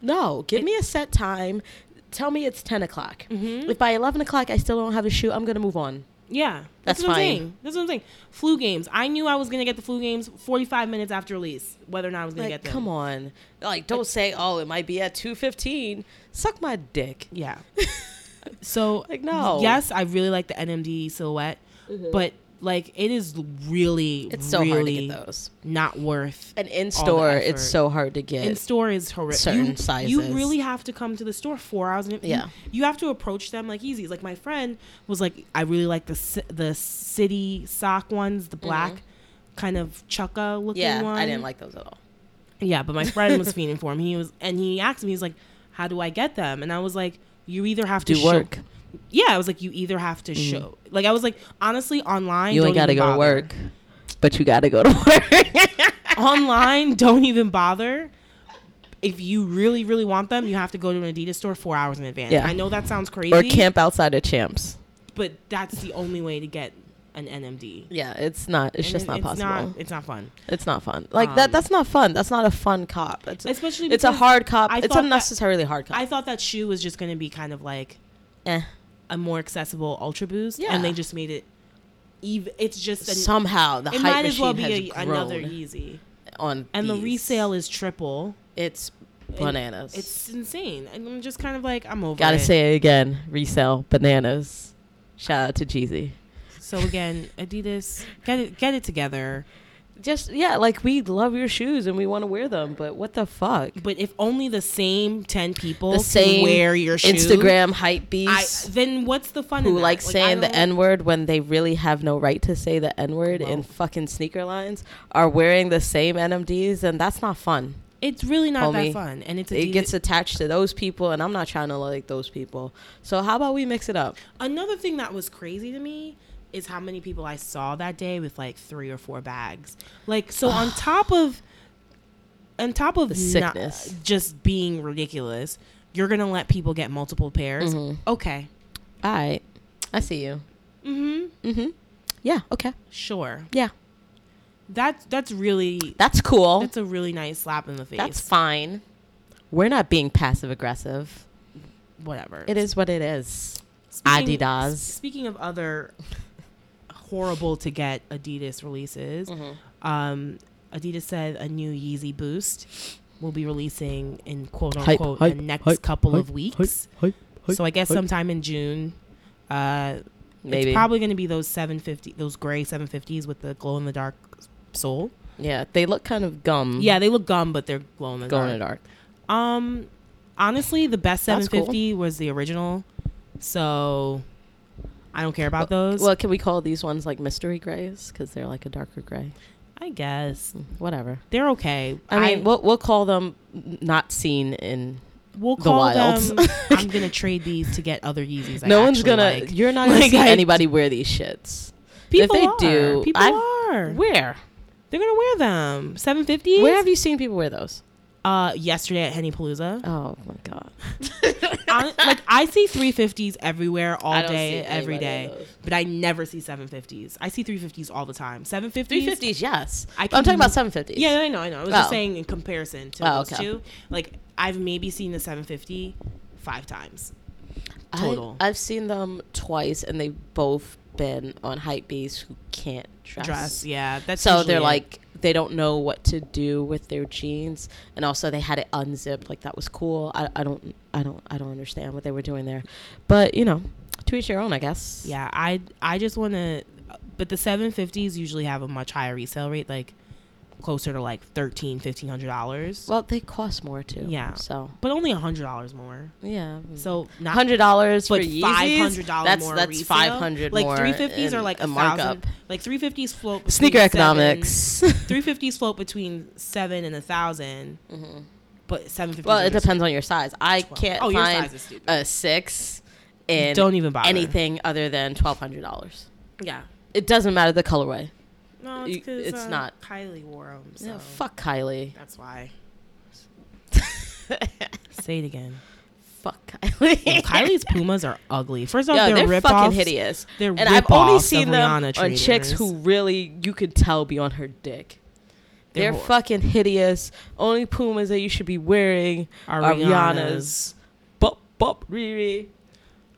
Speaker 2: no. Give me a set time. Tell me it's ten o'clock.
Speaker 1: Mm-hmm.
Speaker 2: If by eleven o'clock I still don't have a shoe, I'm gonna move on.
Speaker 1: Yeah,
Speaker 2: That's
Speaker 1: that's, what I'm
Speaker 2: fine.
Speaker 1: saying. That's what I'm saying. Flu games. I knew I was gonna get the flu games 45 minutes after release, whether or not I was gonna
Speaker 2: Like
Speaker 1: get them.
Speaker 2: come on. Like don't say oh it might be at two fifteen. Suck my dick.
Speaker 1: Yeah. so
Speaker 2: Like, no.
Speaker 1: Yes, I really like the NMD silhouette, but like it is really,
Speaker 2: It's so hard to
Speaker 1: really
Speaker 2: get those.
Speaker 1: not worth.
Speaker 2: And in
Speaker 1: all the
Speaker 2: store, it's
Speaker 1: effort.
Speaker 2: so hard to get.
Speaker 1: in store is horrific.
Speaker 2: certain
Speaker 1: you,
Speaker 2: sizes.
Speaker 1: You really have to come to the store four hours. In,
Speaker 2: Yeah.
Speaker 1: You, you have to approach them like easy. Like my friend was like, I really like the ci- the city sock ones, the black kind of chukka looking
Speaker 2: yeah,
Speaker 1: one.
Speaker 2: I didn't like those at all.
Speaker 1: Yeah, but my friend was fiending for him. He was, and he asked me, he's like, "How do I get them?" And I was like, "You either have to
Speaker 2: Do
Speaker 1: show-
Speaker 2: work. Mm-hmm.
Speaker 1: Yeah, I was like, "You either have to show." Like I was like, honestly, online
Speaker 2: You
Speaker 1: don't
Speaker 2: ain't gotta
Speaker 1: even
Speaker 2: go to
Speaker 1: bother.
Speaker 2: work, but you gotta go to work.
Speaker 1: online, don't even bother. If you really, really want them, you have to go to an Adidas store four hours in advance.
Speaker 2: Yeah.
Speaker 1: I know that sounds crazy,
Speaker 2: or camp outside of champs.
Speaker 1: but that's the only way to get an NMD.
Speaker 2: Yeah, it's not. It's
Speaker 1: And
Speaker 2: just
Speaker 1: it-
Speaker 2: not
Speaker 1: it's
Speaker 2: possible.
Speaker 1: Not, it's not fun.
Speaker 2: it's not fun. Like that.
Speaker 1: Um,
Speaker 2: That's not fun. That's not a fun cop. It's,
Speaker 1: Especially
Speaker 2: it's a
Speaker 1: because
Speaker 2: hard cop.
Speaker 1: I
Speaker 2: it's
Speaker 1: thought that-
Speaker 2: unnecessarily hard cop.
Speaker 1: I thought that shoe was just going to be kind of like
Speaker 2: Eh.
Speaker 1: a more accessible Ultra Boost,
Speaker 2: Yeah.
Speaker 1: and they just made it. Even it's just an,
Speaker 2: Somehow the
Speaker 1: it
Speaker 2: hype
Speaker 1: might as
Speaker 2: machine
Speaker 1: well be
Speaker 2: has
Speaker 1: a,
Speaker 2: grown
Speaker 1: another Yeezy,
Speaker 2: on
Speaker 1: and the
Speaker 2: these.
Speaker 1: resale is triple.
Speaker 2: It's bananas.
Speaker 1: It's insane, and I'm just kind of like I'm over.
Speaker 2: gotta
Speaker 1: it.
Speaker 2: say it again. Resale bananas. Shout out to Jeezy.
Speaker 1: So again, Adidas, get it, get it together.
Speaker 2: Just yeah, like we love your shoes and we want to wear them, but what the fuck?
Speaker 1: But if only the same ten people
Speaker 2: The same
Speaker 1: can wear your shoe,
Speaker 2: Instagram hype
Speaker 1: I,
Speaker 2: beast.
Speaker 1: then what's the fun? in
Speaker 2: who
Speaker 1: that?
Speaker 2: like
Speaker 1: I
Speaker 2: saying the
Speaker 1: don't-
Speaker 2: N word when they really have no right to say the N word in
Speaker 1: Well.
Speaker 2: fucking sneaker lines are wearing the same NMDs, and that's not fun.
Speaker 1: It's really not
Speaker 2: homie.
Speaker 1: that fun, and it's
Speaker 2: It
Speaker 1: Adidas-
Speaker 2: gets attached to those people, and I'm not trying to like those people. So how about we mix it up?
Speaker 1: Another thing that was crazy to me is how many people I saw that day with like three or four bags. Like so on top of on top of
Speaker 2: The
Speaker 1: not-
Speaker 2: sickness.
Speaker 1: just being ridiculous, you're gonna let people get multiple pairs. Okay.
Speaker 2: Mm-hmm. All right, I see you.
Speaker 1: Mm-hmm.
Speaker 2: Mm-hmm. Yeah. Okay.
Speaker 1: Sure.
Speaker 2: Yeah.
Speaker 1: That's that's really
Speaker 2: That's cool. That's,
Speaker 1: that's a really nice slap in the face.
Speaker 2: fine. We're not being passive aggressive.
Speaker 1: whatever.
Speaker 2: It is what it is.
Speaker 1: Speaking-
Speaker 2: Adidas.
Speaker 1: s- Speaking of other horrible to get Adidas releases,
Speaker 2: Mm-hmm.
Speaker 1: um, Adidas said a new Yeezy Boost will be releasing in quote
Speaker 2: Hype,
Speaker 1: unquote
Speaker 2: hype,
Speaker 1: the next
Speaker 2: hype,
Speaker 1: couple
Speaker 2: hype,
Speaker 1: of weeks. so I guess sometime in June. Uh,
Speaker 2: Maybe.
Speaker 1: It's probably going to be those 750, those gray 750s with the glow in the dark sole.
Speaker 2: yeah, they look kind of gum.
Speaker 1: Yeah, they look gum, but they're glow in the
Speaker 2: Going
Speaker 1: dark.
Speaker 2: Mm-hmm. in the dark.
Speaker 1: Um, honestly, the best
Speaker 2: That's cool.
Speaker 1: 750 was the original, so I don't care about those.
Speaker 2: Well, can we call these ones like mystery grays because they're like a darker gray? Mm,
Speaker 1: I guess
Speaker 2: Whatever.
Speaker 1: they're okay.
Speaker 2: I mean, we'll we'll call them n- not seen in
Speaker 1: We'll
Speaker 2: The
Speaker 1: call
Speaker 2: wilds.
Speaker 1: them. I'm gonna trade these to get other Yeezys. I
Speaker 2: no one's
Speaker 1: actually
Speaker 2: gonna.
Speaker 1: like.
Speaker 2: You're not gonna
Speaker 1: Like,
Speaker 2: see
Speaker 1: I-
Speaker 2: anybody wear these shits.
Speaker 1: People
Speaker 2: they
Speaker 1: are.
Speaker 2: do,
Speaker 1: People
Speaker 2: I've-
Speaker 1: are.
Speaker 2: Where?
Speaker 1: They're gonna wear them. Seven fifty.
Speaker 2: Where have you seen people wear those?
Speaker 1: Uh, yesterday at Henny Palooza.
Speaker 2: Oh my god.
Speaker 1: I- like I see 350s everywhere all
Speaker 2: I don't see
Speaker 1: day, every
Speaker 2: anybody in
Speaker 1: day,
Speaker 2: those.
Speaker 1: but I never see 750s. I see 350s all the time. 750s.
Speaker 2: Three fifties, yes.
Speaker 1: I
Speaker 2: I am talking
Speaker 1: can-
Speaker 2: about seven fifties.
Speaker 1: Yeah, I know, I know. I was
Speaker 2: Oh.
Speaker 1: just saying in comparison to
Speaker 2: Oh,
Speaker 1: those
Speaker 2: okay.
Speaker 1: two. Like I've maybe seen the 750 five times. total.
Speaker 2: I, have seen them twice, and they've both been on hype bees who can't dress.
Speaker 1: Dress, yeah. That's
Speaker 2: So
Speaker 1: usually
Speaker 2: they're
Speaker 1: it.
Speaker 2: like they don't know what to do with their jeans, and also they had it unzipped. Like that was cool. I, I don't I don't I don't understand what they were doing there, but you know, to each their own, I guess.
Speaker 1: Yeah, I I just want to, but the 750s usually have a much higher resale rate, like closer to like thirteen, fifteen hundred dollars,
Speaker 2: Well, they cost more too.
Speaker 1: Yeah.
Speaker 2: So
Speaker 1: but only a hundred dollars more.
Speaker 2: yeah.
Speaker 1: So not
Speaker 2: Hmm. Hundred dollars for
Speaker 1: but
Speaker 2: Yeezys.
Speaker 1: five hundred dollars
Speaker 2: That's
Speaker 1: more.
Speaker 2: that's
Speaker 1: resale.
Speaker 2: five hundred.
Speaker 1: Like three fifties are like a, thousand. Like three fifties float. between
Speaker 2: Sneaker
Speaker 1: seven-
Speaker 2: economics.
Speaker 1: Three fifties float between seven and a thousand, but seven fifty.
Speaker 2: Mm-hmm. Well, it depends on your size. I can't
Speaker 1: Oh, your
Speaker 2: find
Speaker 1: size is stupid.
Speaker 2: a six in
Speaker 1: Don't even bother.
Speaker 2: anything other than twelve hundred dollars.
Speaker 1: Yeah.
Speaker 2: It doesn't matter the colorway.
Speaker 1: No,
Speaker 2: You-
Speaker 1: it's 'cause,
Speaker 2: it's
Speaker 1: uh,
Speaker 2: not.
Speaker 1: Kylie wore them. So
Speaker 2: Yeah, fuck Kylie.
Speaker 1: That's why. Say it again.
Speaker 2: fuck Kylie.
Speaker 1: Yo, Kylie's Pumas are ugly. First off,
Speaker 2: Yo,
Speaker 1: they're,
Speaker 2: they're,
Speaker 1: rip
Speaker 2: fucking
Speaker 1: offs.
Speaker 2: hideous.
Speaker 1: They're
Speaker 2: and I've only
Speaker 1: rip-offs of
Speaker 2: seen them
Speaker 1: Rihanna
Speaker 2: on chicks who
Speaker 1: trainers.
Speaker 2: really you could tell be on her dick.
Speaker 1: They're
Speaker 2: They're
Speaker 1: hor-
Speaker 2: fucking hideous. Only Pumas that you should be wearing
Speaker 1: Are
Speaker 2: are Rihanna's.
Speaker 1: Rihanna's.
Speaker 2: Bop bop Riri,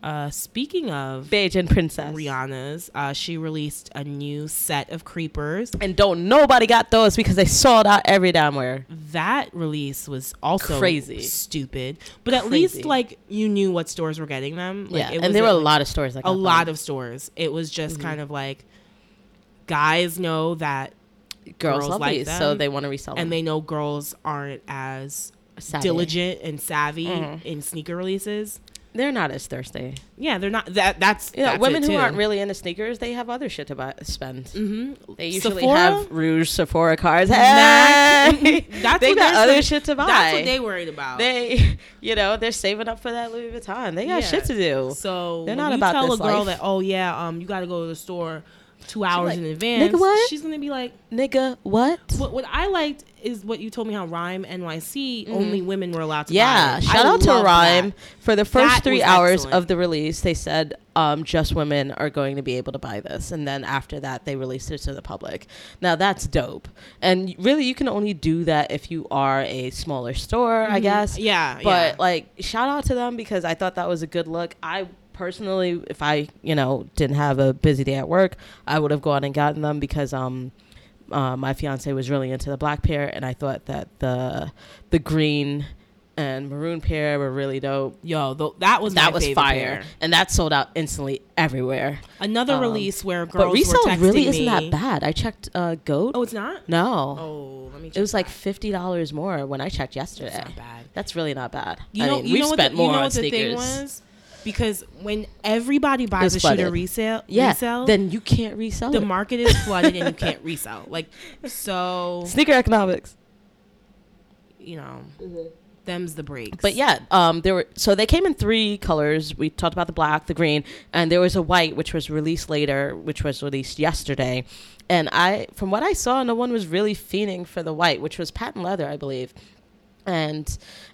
Speaker 1: Uh, speaking of
Speaker 2: Beijing princess.
Speaker 1: Rihanna's, uh, she released a new set of creepers.
Speaker 2: And don't nobody got those because they sold out every damn where.
Speaker 1: That release was also
Speaker 2: Crazy.
Speaker 1: stupid, but at
Speaker 2: Crazy.
Speaker 1: least like you knew what stores were getting them. Like,
Speaker 2: yeah,
Speaker 1: it
Speaker 2: and there were a
Speaker 1: wasn't, like,
Speaker 2: lot of stores like
Speaker 1: a lot of stores. It was just kind of like guys know that,
Speaker 2: girls,
Speaker 1: girls
Speaker 2: love
Speaker 1: like
Speaker 2: these, so
Speaker 1: them,
Speaker 2: they want to resell
Speaker 1: and
Speaker 2: them.
Speaker 1: they know girls aren't as
Speaker 2: Savvy. Mm-hmm.
Speaker 1: diligent and savvy in sneaker releases.
Speaker 2: They're not as thirsty.
Speaker 1: Yeah, they're not. That that's
Speaker 2: You know,
Speaker 1: that's
Speaker 2: women
Speaker 1: it,
Speaker 2: who
Speaker 1: too.
Speaker 2: aren't really into sneakers, they have other shit to buy, spend.
Speaker 1: Mhm.
Speaker 2: They usually
Speaker 1: Sephora?
Speaker 2: have Rouge Sephora cards.
Speaker 1: Mac-
Speaker 2: Hey!
Speaker 1: mm-hmm. that's
Speaker 2: they
Speaker 1: what
Speaker 2: got
Speaker 1: they're
Speaker 2: other
Speaker 1: saying-
Speaker 2: shit to buy.
Speaker 1: That's what they worried about.
Speaker 2: They, you know, they're saving up for that Louis Vuitton. They got
Speaker 1: Yeah.
Speaker 2: shit to do.
Speaker 1: So
Speaker 2: They're
Speaker 1: when
Speaker 2: not
Speaker 1: you
Speaker 2: about
Speaker 1: tell
Speaker 2: this
Speaker 1: a girl
Speaker 2: life.
Speaker 1: that, oh yeah, um, you got to go to the store two hours
Speaker 2: like,
Speaker 1: in
Speaker 2: "Nigga,
Speaker 1: advance.
Speaker 2: what?"
Speaker 1: She's gonna be like,
Speaker 2: Nigga, what?
Speaker 1: what? What I liked is what you told me how Rhyme NYC only women were allowed to.
Speaker 2: Mm-hmm. Yeah,
Speaker 1: buy it.
Speaker 2: shout
Speaker 1: I
Speaker 2: out to
Speaker 1: love
Speaker 2: Rhyme
Speaker 1: that.
Speaker 2: for the first
Speaker 1: That
Speaker 2: three
Speaker 1: was
Speaker 2: hours
Speaker 1: excellent.
Speaker 2: of the release. They said um, just women are going to be able to buy this, and then after that, they released it to the public. Now that's dope, and y- really, you can only do that if you are a smaller store, I
Speaker 1: Mm-hmm.
Speaker 2: guess.
Speaker 1: Yeah,
Speaker 2: but
Speaker 1: yeah.
Speaker 2: like, shout out to them because I thought that was a good look. I personally, if I you know didn't have a busy day at work, I would have gone and gotten them because um uh, my fiance was really into the black pair, and I thought that the the green and maroon pair were really dope.
Speaker 1: Yo, th- that was
Speaker 2: That
Speaker 1: my
Speaker 2: was
Speaker 1: favorite
Speaker 2: fire,
Speaker 1: pair.
Speaker 2: and that sold out instantly everywhere.
Speaker 1: Another
Speaker 2: Um,
Speaker 1: release where girls
Speaker 2: but resale
Speaker 1: were texting
Speaker 2: really isn't
Speaker 1: me-
Speaker 2: that bad. I checked uh, Goat.
Speaker 1: Oh, it's not.
Speaker 2: no,
Speaker 1: Oh, let me. Check
Speaker 2: it was like
Speaker 1: that.
Speaker 2: fifty dollars more when I checked yesterday.
Speaker 1: That's not bad.
Speaker 2: That's really not bad.
Speaker 1: You
Speaker 2: I
Speaker 1: know,
Speaker 2: mean,
Speaker 1: you
Speaker 2: we've
Speaker 1: know what
Speaker 2: spent
Speaker 1: the,
Speaker 2: more
Speaker 1: you know
Speaker 2: on
Speaker 1: what the thing
Speaker 2: sneakers.
Speaker 1: was because when everybody buys
Speaker 2: was
Speaker 1: a shoe to
Speaker 2: flooded.
Speaker 1: resale,
Speaker 2: yeah,
Speaker 1: resell,
Speaker 2: then you can't resell
Speaker 1: the
Speaker 2: it.
Speaker 1: market is flooded and you can't resell. Like so,
Speaker 2: Sneaker economics.
Speaker 1: you know, them's the breaks.
Speaker 2: Mm-hmm. But yeah, um, there were so they came in three colors. We talked about the black, the green, and there was a white, which was released later, which was released yesterday. And I, from what I saw, no one was really fiending for the white, which was patent leather, I believe. And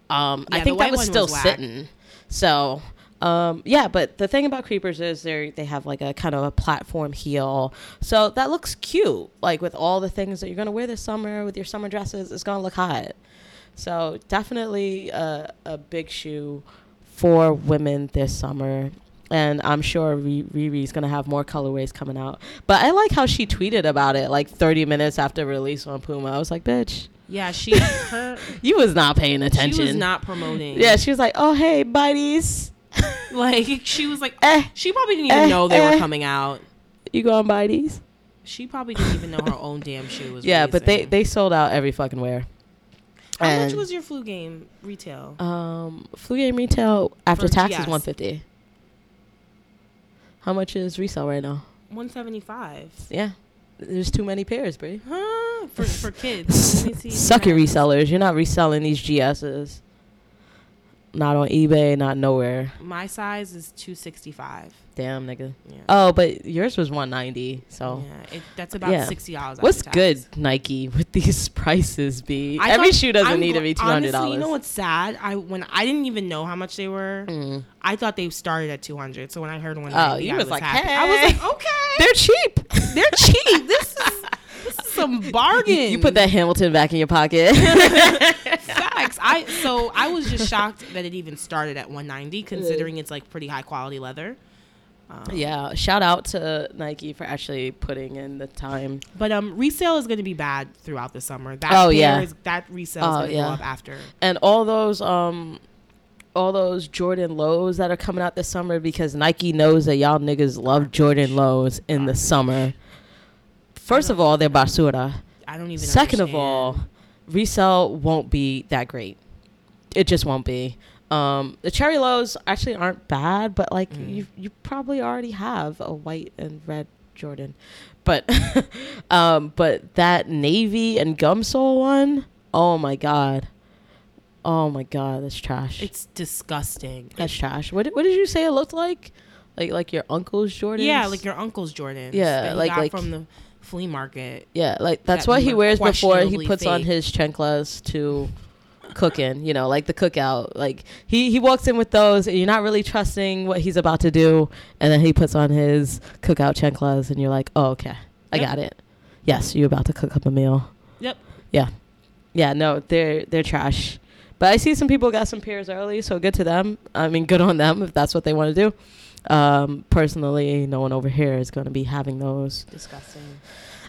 Speaker 2: um,
Speaker 1: Yeah,
Speaker 2: I
Speaker 1: the
Speaker 2: think that
Speaker 1: white
Speaker 2: was
Speaker 1: one
Speaker 2: still
Speaker 1: was whack.
Speaker 2: sitting. So um, yeah, but the thing about creepers is they they have like a kind of a platform heel, so that looks cute. Like with all the things that you're gonna wear this summer with your summer dresses, it's gonna look hot. So definitely a, a big shoe for women this summer. And I'm sure Ri- Riri's gonna have more colorways coming out. But I like how she tweeted about it like 30 minutes after release on Puma. I was like, bitch,
Speaker 1: yeah, she her
Speaker 2: you was not paying attention.
Speaker 1: she was not promoting.
Speaker 2: Yeah, she was like, oh hey, biteys,
Speaker 1: like she was like,
Speaker 2: Eh.
Speaker 1: she probably didn't even
Speaker 2: Eh,
Speaker 1: know they
Speaker 2: eh.
Speaker 1: were coming out.
Speaker 2: you going biteys?
Speaker 1: She probably didn't even know her own damn shoe was.
Speaker 2: Yeah, but they
Speaker 1: releasing.
Speaker 2: they sold out every fucking wear.
Speaker 1: How much
Speaker 2: and-
Speaker 1: was your flu game retail?
Speaker 2: Um, flu game retail after
Speaker 1: For
Speaker 2: tax is
Speaker 1: GS.
Speaker 2: one fifty. How much is resale right now?
Speaker 1: One seventy five.
Speaker 2: Yeah, there's too many pairs, Brie.
Speaker 1: Huh? For for kids. Let me see.
Speaker 2: Suck your resellers. You're not reselling these GSs. Not on eBay, not nowhere.
Speaker 1: My size is 265.
Speaker 2: Damn, nigga.
Speaker 1: Yeah.
Speaker 2: Oh, but yours was 190. So
Speaker 1: Yeah, it, that's about
Speaker 2: Yeah.
Speaker 1: sixty dollars.
Speaker 2: what's good, Nike, with these prices be?
Speaker 1: I
Speaker 2: Every
Speaker 1: thought-
Speaker 2: shoe doesn't
Speaker 1: I'm
Speaker 2: need to
Speaker 1: gl-
Speaker 2: be $200.
Speaker 1: Honestly, you know what's sad? I when I didn't even know how much they were.
Speaker 2: Mm.
Speaker 1: I thought they started at two hundred. So when I heard one,
Speaker 2: Oh, you
Speaker 1: I
Speaker 2: was
Speaker 1: was,
Speaker 2: like,
Speaker 1: happy. I was
Speaker 2: "Hey."
Speaker 1: like, okay,
Speaker 2: They're cheap.
Speaker 1: they're cheap. this is this is some bargain.
Speaker 2: You put that Hamilton back in your pocket.
Speaker 1: facts. I so I was just shocked that it even started at one ninety, considering it's like pretty high quality leather. Um,
Speaker 2: yeah. Shout out to Nike for actually putting in the time.
Speaker 1: But um, resale is going to be bad throughout the summer. That
Speaker 2: Oh,
Speaker 1: pair
Speaker 2: yeah.
Speaker 1: is- that resale is
Speaker 2: Oh,
Speaker 1: going to
Speaker 2: yeah.
Speaker 1: go up after.
Speaker 2: and all those um all those Jordan lows that are coming out this summer because Nike knows that y'all niggas love Jordan lows in the summer. First of all, they're basura.
Speaker 1: I don't even.
Speaker 2: Second of
Speaker 1: understand.
Speaker 2: all, resale won't be that great. It just won't be. Um, the cherry lows actually aren't bad, but like you, you probably already have a white and red Jordan, but um, but that navy and gum sole one, oh my god, oh my god, that's trash.
Speaker 1: it's disgusting.
Speaker 2: that's trash. What did, what did you say it looked like? Like like your uncle's Jordan?
Speaker 1: Yeah, like your uncle's Jordans.
Speaker 2: Yeah,
Speaker 1: that he
Speaker 2: like-
Speaker 1: got
Speaker 2: like-
Speaker 1: from the flea market.
Speaker 2: Yeah, like that's
Speaker 1: that
Speaker 2: what
Speaker 1: we
Speaker 2: he
Speaker 1: were
Speaker 2: wears before he
Speaker 1: questionably
Speaker 2: puts on
Speaker 1: fake.
Speaker 2: his chanclas to cooking, you know, like the cookout. Like he he walks in with those and you're not really trusting what he's about to do and then he puts on his cookout chanclas and you're like, "Oh, okay. I
Speaker 1: Yep.
Speaker 2: got it." Yes, you're about to cook up a meal.
Speaker 1: Yep.
Speaker 2: Yeah. Yeah, no, they're they're trash. But I see some people got some pairs early, so good to them. I mean, good on them if that's what they want to do. Um, personally, no one over here is going to be having those.
Speaker 1: Disgusting.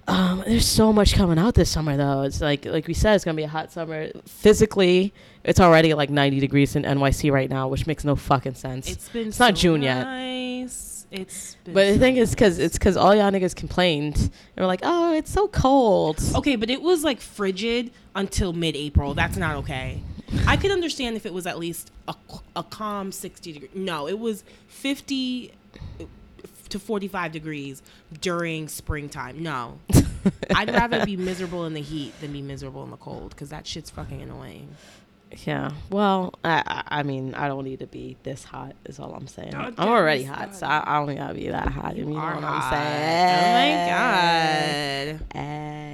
Speaker 2: Um, there's so much coming out this summer, though. It's like, like we said, it's gonna be a hot summer. Physically, it's already like 90 degrees in NYC right now, which makes no fucking sense.
Speaker 1: It's been.
Speaker 2: It's not
Speaker 1: so
Speaker 2: June yet.
Speaker 1: nice. yet. It's. Been
Speaker 2: but the
Speaker 1: so
Speaker 2: thing is, cause
Speaker 1: nice.
Speaker 2: it's cause all y'all niggas complained and were like, oh, it's so cold.
Speaker 1: Okay, but it was like frigid until mid-April. That's not okay. I could understand if it was at least a, a calm 60 degree. No, it was 50 to 45 degrees during springtime. No. I'd rather be miserable in the heat than be miserable in the cold cuz that shit's fucking annoying.
Speaker 2: Yeah. Well, I, I I mean, I don't need to be this hot. Is all I'm saying.
Speaker 1: Don't
Speaker 2: I'm
Speaker 1: get
Speaker 2: already
Speaker 1: me
Speaker 2: hot, so I,
Speaker 1: started.
Speaker 2: I don't gotta be that hot. You, know
Speaker 1: Are
Speaker 2: what
Speaker 1: hot.
Speaker 2: I'm
Speaker 1: Oh
Speaker 2: saying?
Speaker 1: my god.
Speaker 2: Oh my god.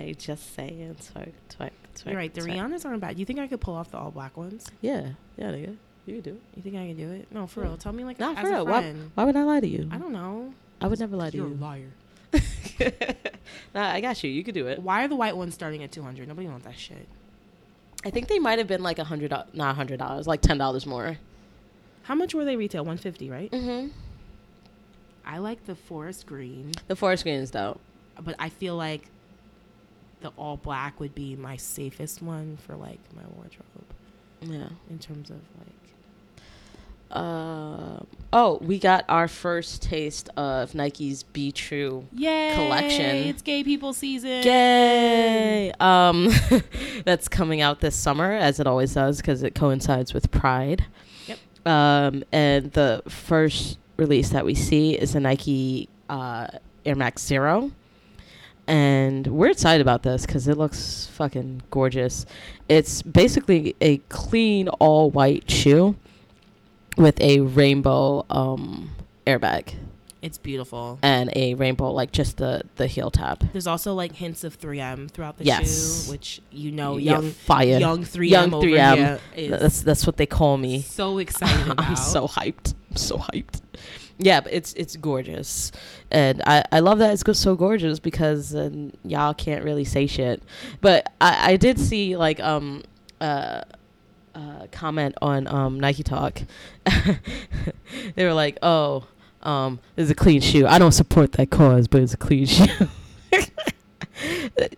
Speaker 2: Ay, just saying. Twerk, twerk, twerk.
Speaker 1: You're right. The
Speaker 2: twerk.
Speaker 1: Rihanna's aren't bad. You think I could pull off the all black ones?
Speaker 2: Yeah. Yeah, nigga. You can do it.
Speaker 1: You think I can do it? No, for
Speaker 2: Yeah.
Speaker 1: real. Tell me like
Speaker 2: Not
Speaker 1: as
Speaker 2: for
Speaker 1: a
Speaker 2: real. Why,
Speaker 1: friend.
Speaker 2: why would I lie to you?
Speaker 1: I don't know.
Speaker 2: I would never lie to
Speaker 1: You're a
Speaker 2: you.
Speaker 1: liar.
Speaker 2: nah, I got you. You could do it.
Speaker 1: Why are the white ones starting at 200? Nobody wants that shit.
Speaker 2: I think they might have been like a hundred, doll- not a hundred dollars, like ten dollars more.
Speaker 1: How much were they retail? 150, right?
Speaker 2: Mm-hmm.
Speaker 1: I like the forest green,
Speaker 2: The forest green is dope.
Speaker 1: but I feel like the all black would be my safest one for like my wardrobe
Speaker 2: Yeah.
Speaker 1: in terms of like
Speaker 2: Um oh, we got our first taste of Nike's Be True.
Speaker 1: Yay!
Speaker 2: Collection.
Speaker 1: It's gay people season.
Speaker 2: Yay! Um, that's coming out this summer, as it always does, because it coincides with Pride.
Speaker 1: Yep.
Speaker 2: Um, and the first release that we see is the Nike uh, Air Max Zero. And we're excited about this because it looks fucking gorgeous. It's basically a clean, all white shoe with a rainbow um, airbag
Speaker 1: It's beautiful.
Speaker 2: and a rainbow, like just the, the heel tab.
Speaker 1: There's also like hints of 3M throughout the
Speaker 2: Yes.
Speaker 1: shoe, which you know,
Speaker 2: Yeah,
Speaker 1: young
Speaker 2: fire.
Speaker 1: young 3M
Speaker 2: Young
Speaker 1: over
Speaker 2: 3M.
Speaker 1: here
Speaker 2: Th-
Speaker 1: is
Speaker 2: That's that's what they call me.
Speaker 1: so excited about.
Speaker 2: I'm so hyped. I'm so hyped. Yeah, but it's it's gorgeous, and I, I love that it's go- so gorgeous because um, y'all can't really say shit. But I, I did see like um uh, uh comment on um Nike Talk. they were like, oh um this is a clean shoe. I don't support that cause, but it's a clean shoe.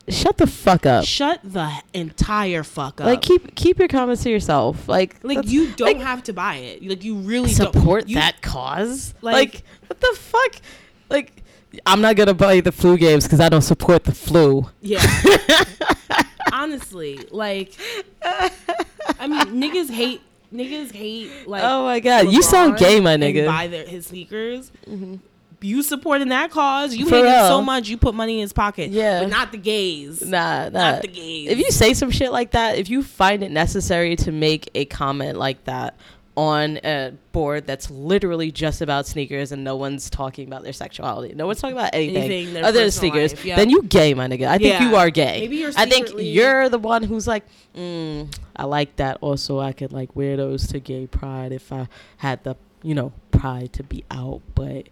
Speaker 2: Shut the fuck up.
Speaker 1: Shut the entire fuck up.
Speaker 2: Like keep keep your comments to yourself. Like
Speaker 1: Like
Speaker 2: that's-
Speaker 1: you don't
Speaker 2: like,
Speaker 1: have to buy it. Like you really
Speaker 2: support
Speaker 1: don't. You-
Speaker 2: that cause. Like,
Speaker 1: Like-
Speaker 2: what the fuck? Like I'm not gonna buy the flu games because I don't support the flu.
Speaker 1: Yeah. Honestly, like, I mean, niggas hate niggas hate like.
Speaker 2: oh my god, you sound
Speaker 1: LeBron
Speaker 2: gay, my
Speaker 1: and
Speaker 2: nigga. Mm-hmm.
Speaker 1: buy their, his sneakers. You supporting that cause? You
Speaker 2: For
Speaker 1: hate him
Speaker 2: real.
Speaker 1: so much. You put money in his pocket.
Speaker 2: Yeah.
Speaker 1: but not the gays.
Speaker 2: Nah, nah.
Speaker 1: Not the gays.
Speaker 2: If you say some shit like that, if you find it necessary to make a comment like that, on a board that's literally just about sneakers and no one's talking about their sexuality. No one's talking about anything,
Speaker 1: Anything, their
Speaker 2: other than
Speaker 1: personal
Speaker 2: sneakers.
Speaker 1: life, yeah.
Speaker 2: Then you gay, my nigga. I think
Speaker 1: Yeah.
Speaker 2: you are gay.
Speaker 1: Maybe you're
Speaker 2: I think
Speaker 1: secretly-
Speaker 2: you're the one who's like, mm, I like that. Also, I could like wear those to gay pride if I had the you know pride to be out. But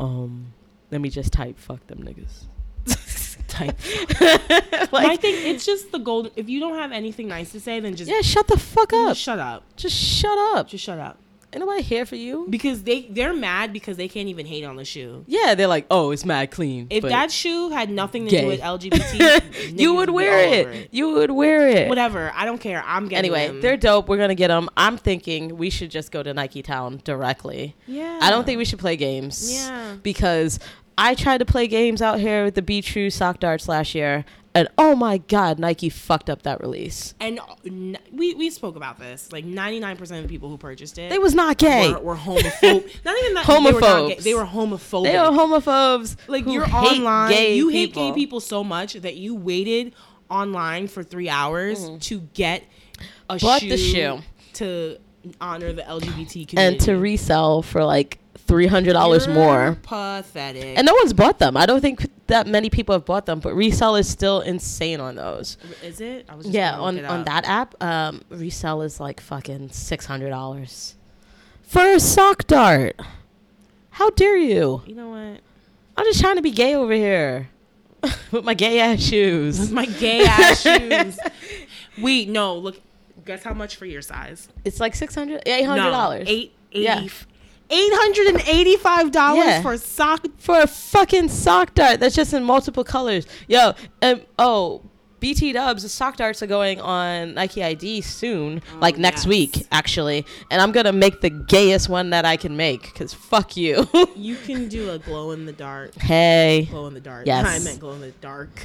Speaker 2: um, let me just type fuck them niggas.
Speaker 1: Type.
Speaker 2: like,
Speaker 1: I think it's just the golden. If you don't have anything nice to say, then just
Speaker 2: yeah, shut the fuck
Speaker 1: then
Speaker 2: up.
Speaker 1: just shut up.
Speaker 2: Just shut up.
Speaker 1: Just shut up.
Speaker 2: Ain't nobody here for you.
Speaker 1: Because they they're mad because they can't even hate on the shoe.
Speaker 2: Yeah, they're like, oh, it's mad clean.
Speaker 1: If
Speaker 2: but-
Speaker 1: that shoe had nothing to
Speaker 2: Gay.
Speaker 1: do with LGBT,
Speaker 2: you
Speaker 1: niggas
Speaker 2: would
Speaker 1: be
Speaker 2: wear
Speaker 1: all
Speaker 2: it.
Speaker 1: over
Speaker 2: You would wear it.
Speaker 1: Whatever. I don't care. I'm getting
Speaker 2: Anyway,
Speaker 1: them.
Speaker 2: they're dope. We're gonna get them. I'm thinking we should just go to Nike Town directly.
Speaker 1: yeah.
Speaker 2: I don't think we should play games.
Speaker 1: Yeah.
Speaker 2: Because I tried to play games out here with the Be True sock darts last year, and oh my god, Nike fucked up that release.
Speaker 1: And uh, n- we we spoke about this. Like 99% of the people who purchased it
Speaker 2: They was not gay.
Speaker 1: were, were homophobe. not even that they were not gay.
Speaker 2: Homophobes.
Speaker 1: They were homophobic.
Speaker 2: They are homophobes.
Speaker 1: like
Speaker 2: who
Speaker 1: you're
Speaker 2: hate
Speaker 1: online
Speaker 2: gay
Speaker 1: you hate gay people so much that you waited online for three hours to get a
Speaker 2: Mm. Bought
Speaker 1: shoe,
Speaker 2: the shoe.
Speaker 1: to honor the lgbt community
Speaker 2: and to resell for like three hundred dollars
Speaker 1: You're
Speaker 2: more.
Speaker 1: pathetic
Speaker 2: And no one's bought them. I don't think that many people have bought them, but resell is still insane on those.
Speaker 1: is it I was just
Speaker 2: Yeah,
Speaker 1: gonna look
Speaker 2: on
Speaker 1: it
Speaker 2: on
Speaker 1: up.
Speaker 2: that app, um, resell is like fucking six hundred dollars for a sock dart. How dare you?
Speaker 1: you know what
Speaker 2: I'm just trying to be gay over here with my gay ass shoes.
Speaker 1: my gay ass shoes wait no look guess how much for your size
Speaker 2: It's like six hundred,
Speaker 1: No,
Speaker 2: eight hundred dollars
Speaker 1: eight
Speaker 2: Yeah.
Speaker 1: eighty eight hundred and eighty five dollars
Speaker 2: Yeah.
Speaker 1: for sock
Speaker 2: for a fucking sock dart that's just in multiple colors. Yo, um, oh. BT Dubs, the sock darts are going on Nike ID soon, like next
Speaker 1: Oh, yes.
Speaker 2: week, actually. And I'm gonna make the gayest one that I can make, cause fuck you.
Speaker 1: you can do a glow in the dark
Speaker 2: hey.
Speaker 1: glow in the dark.
Speaker 2: Yes.
Speaker 1: I meant glow in the dark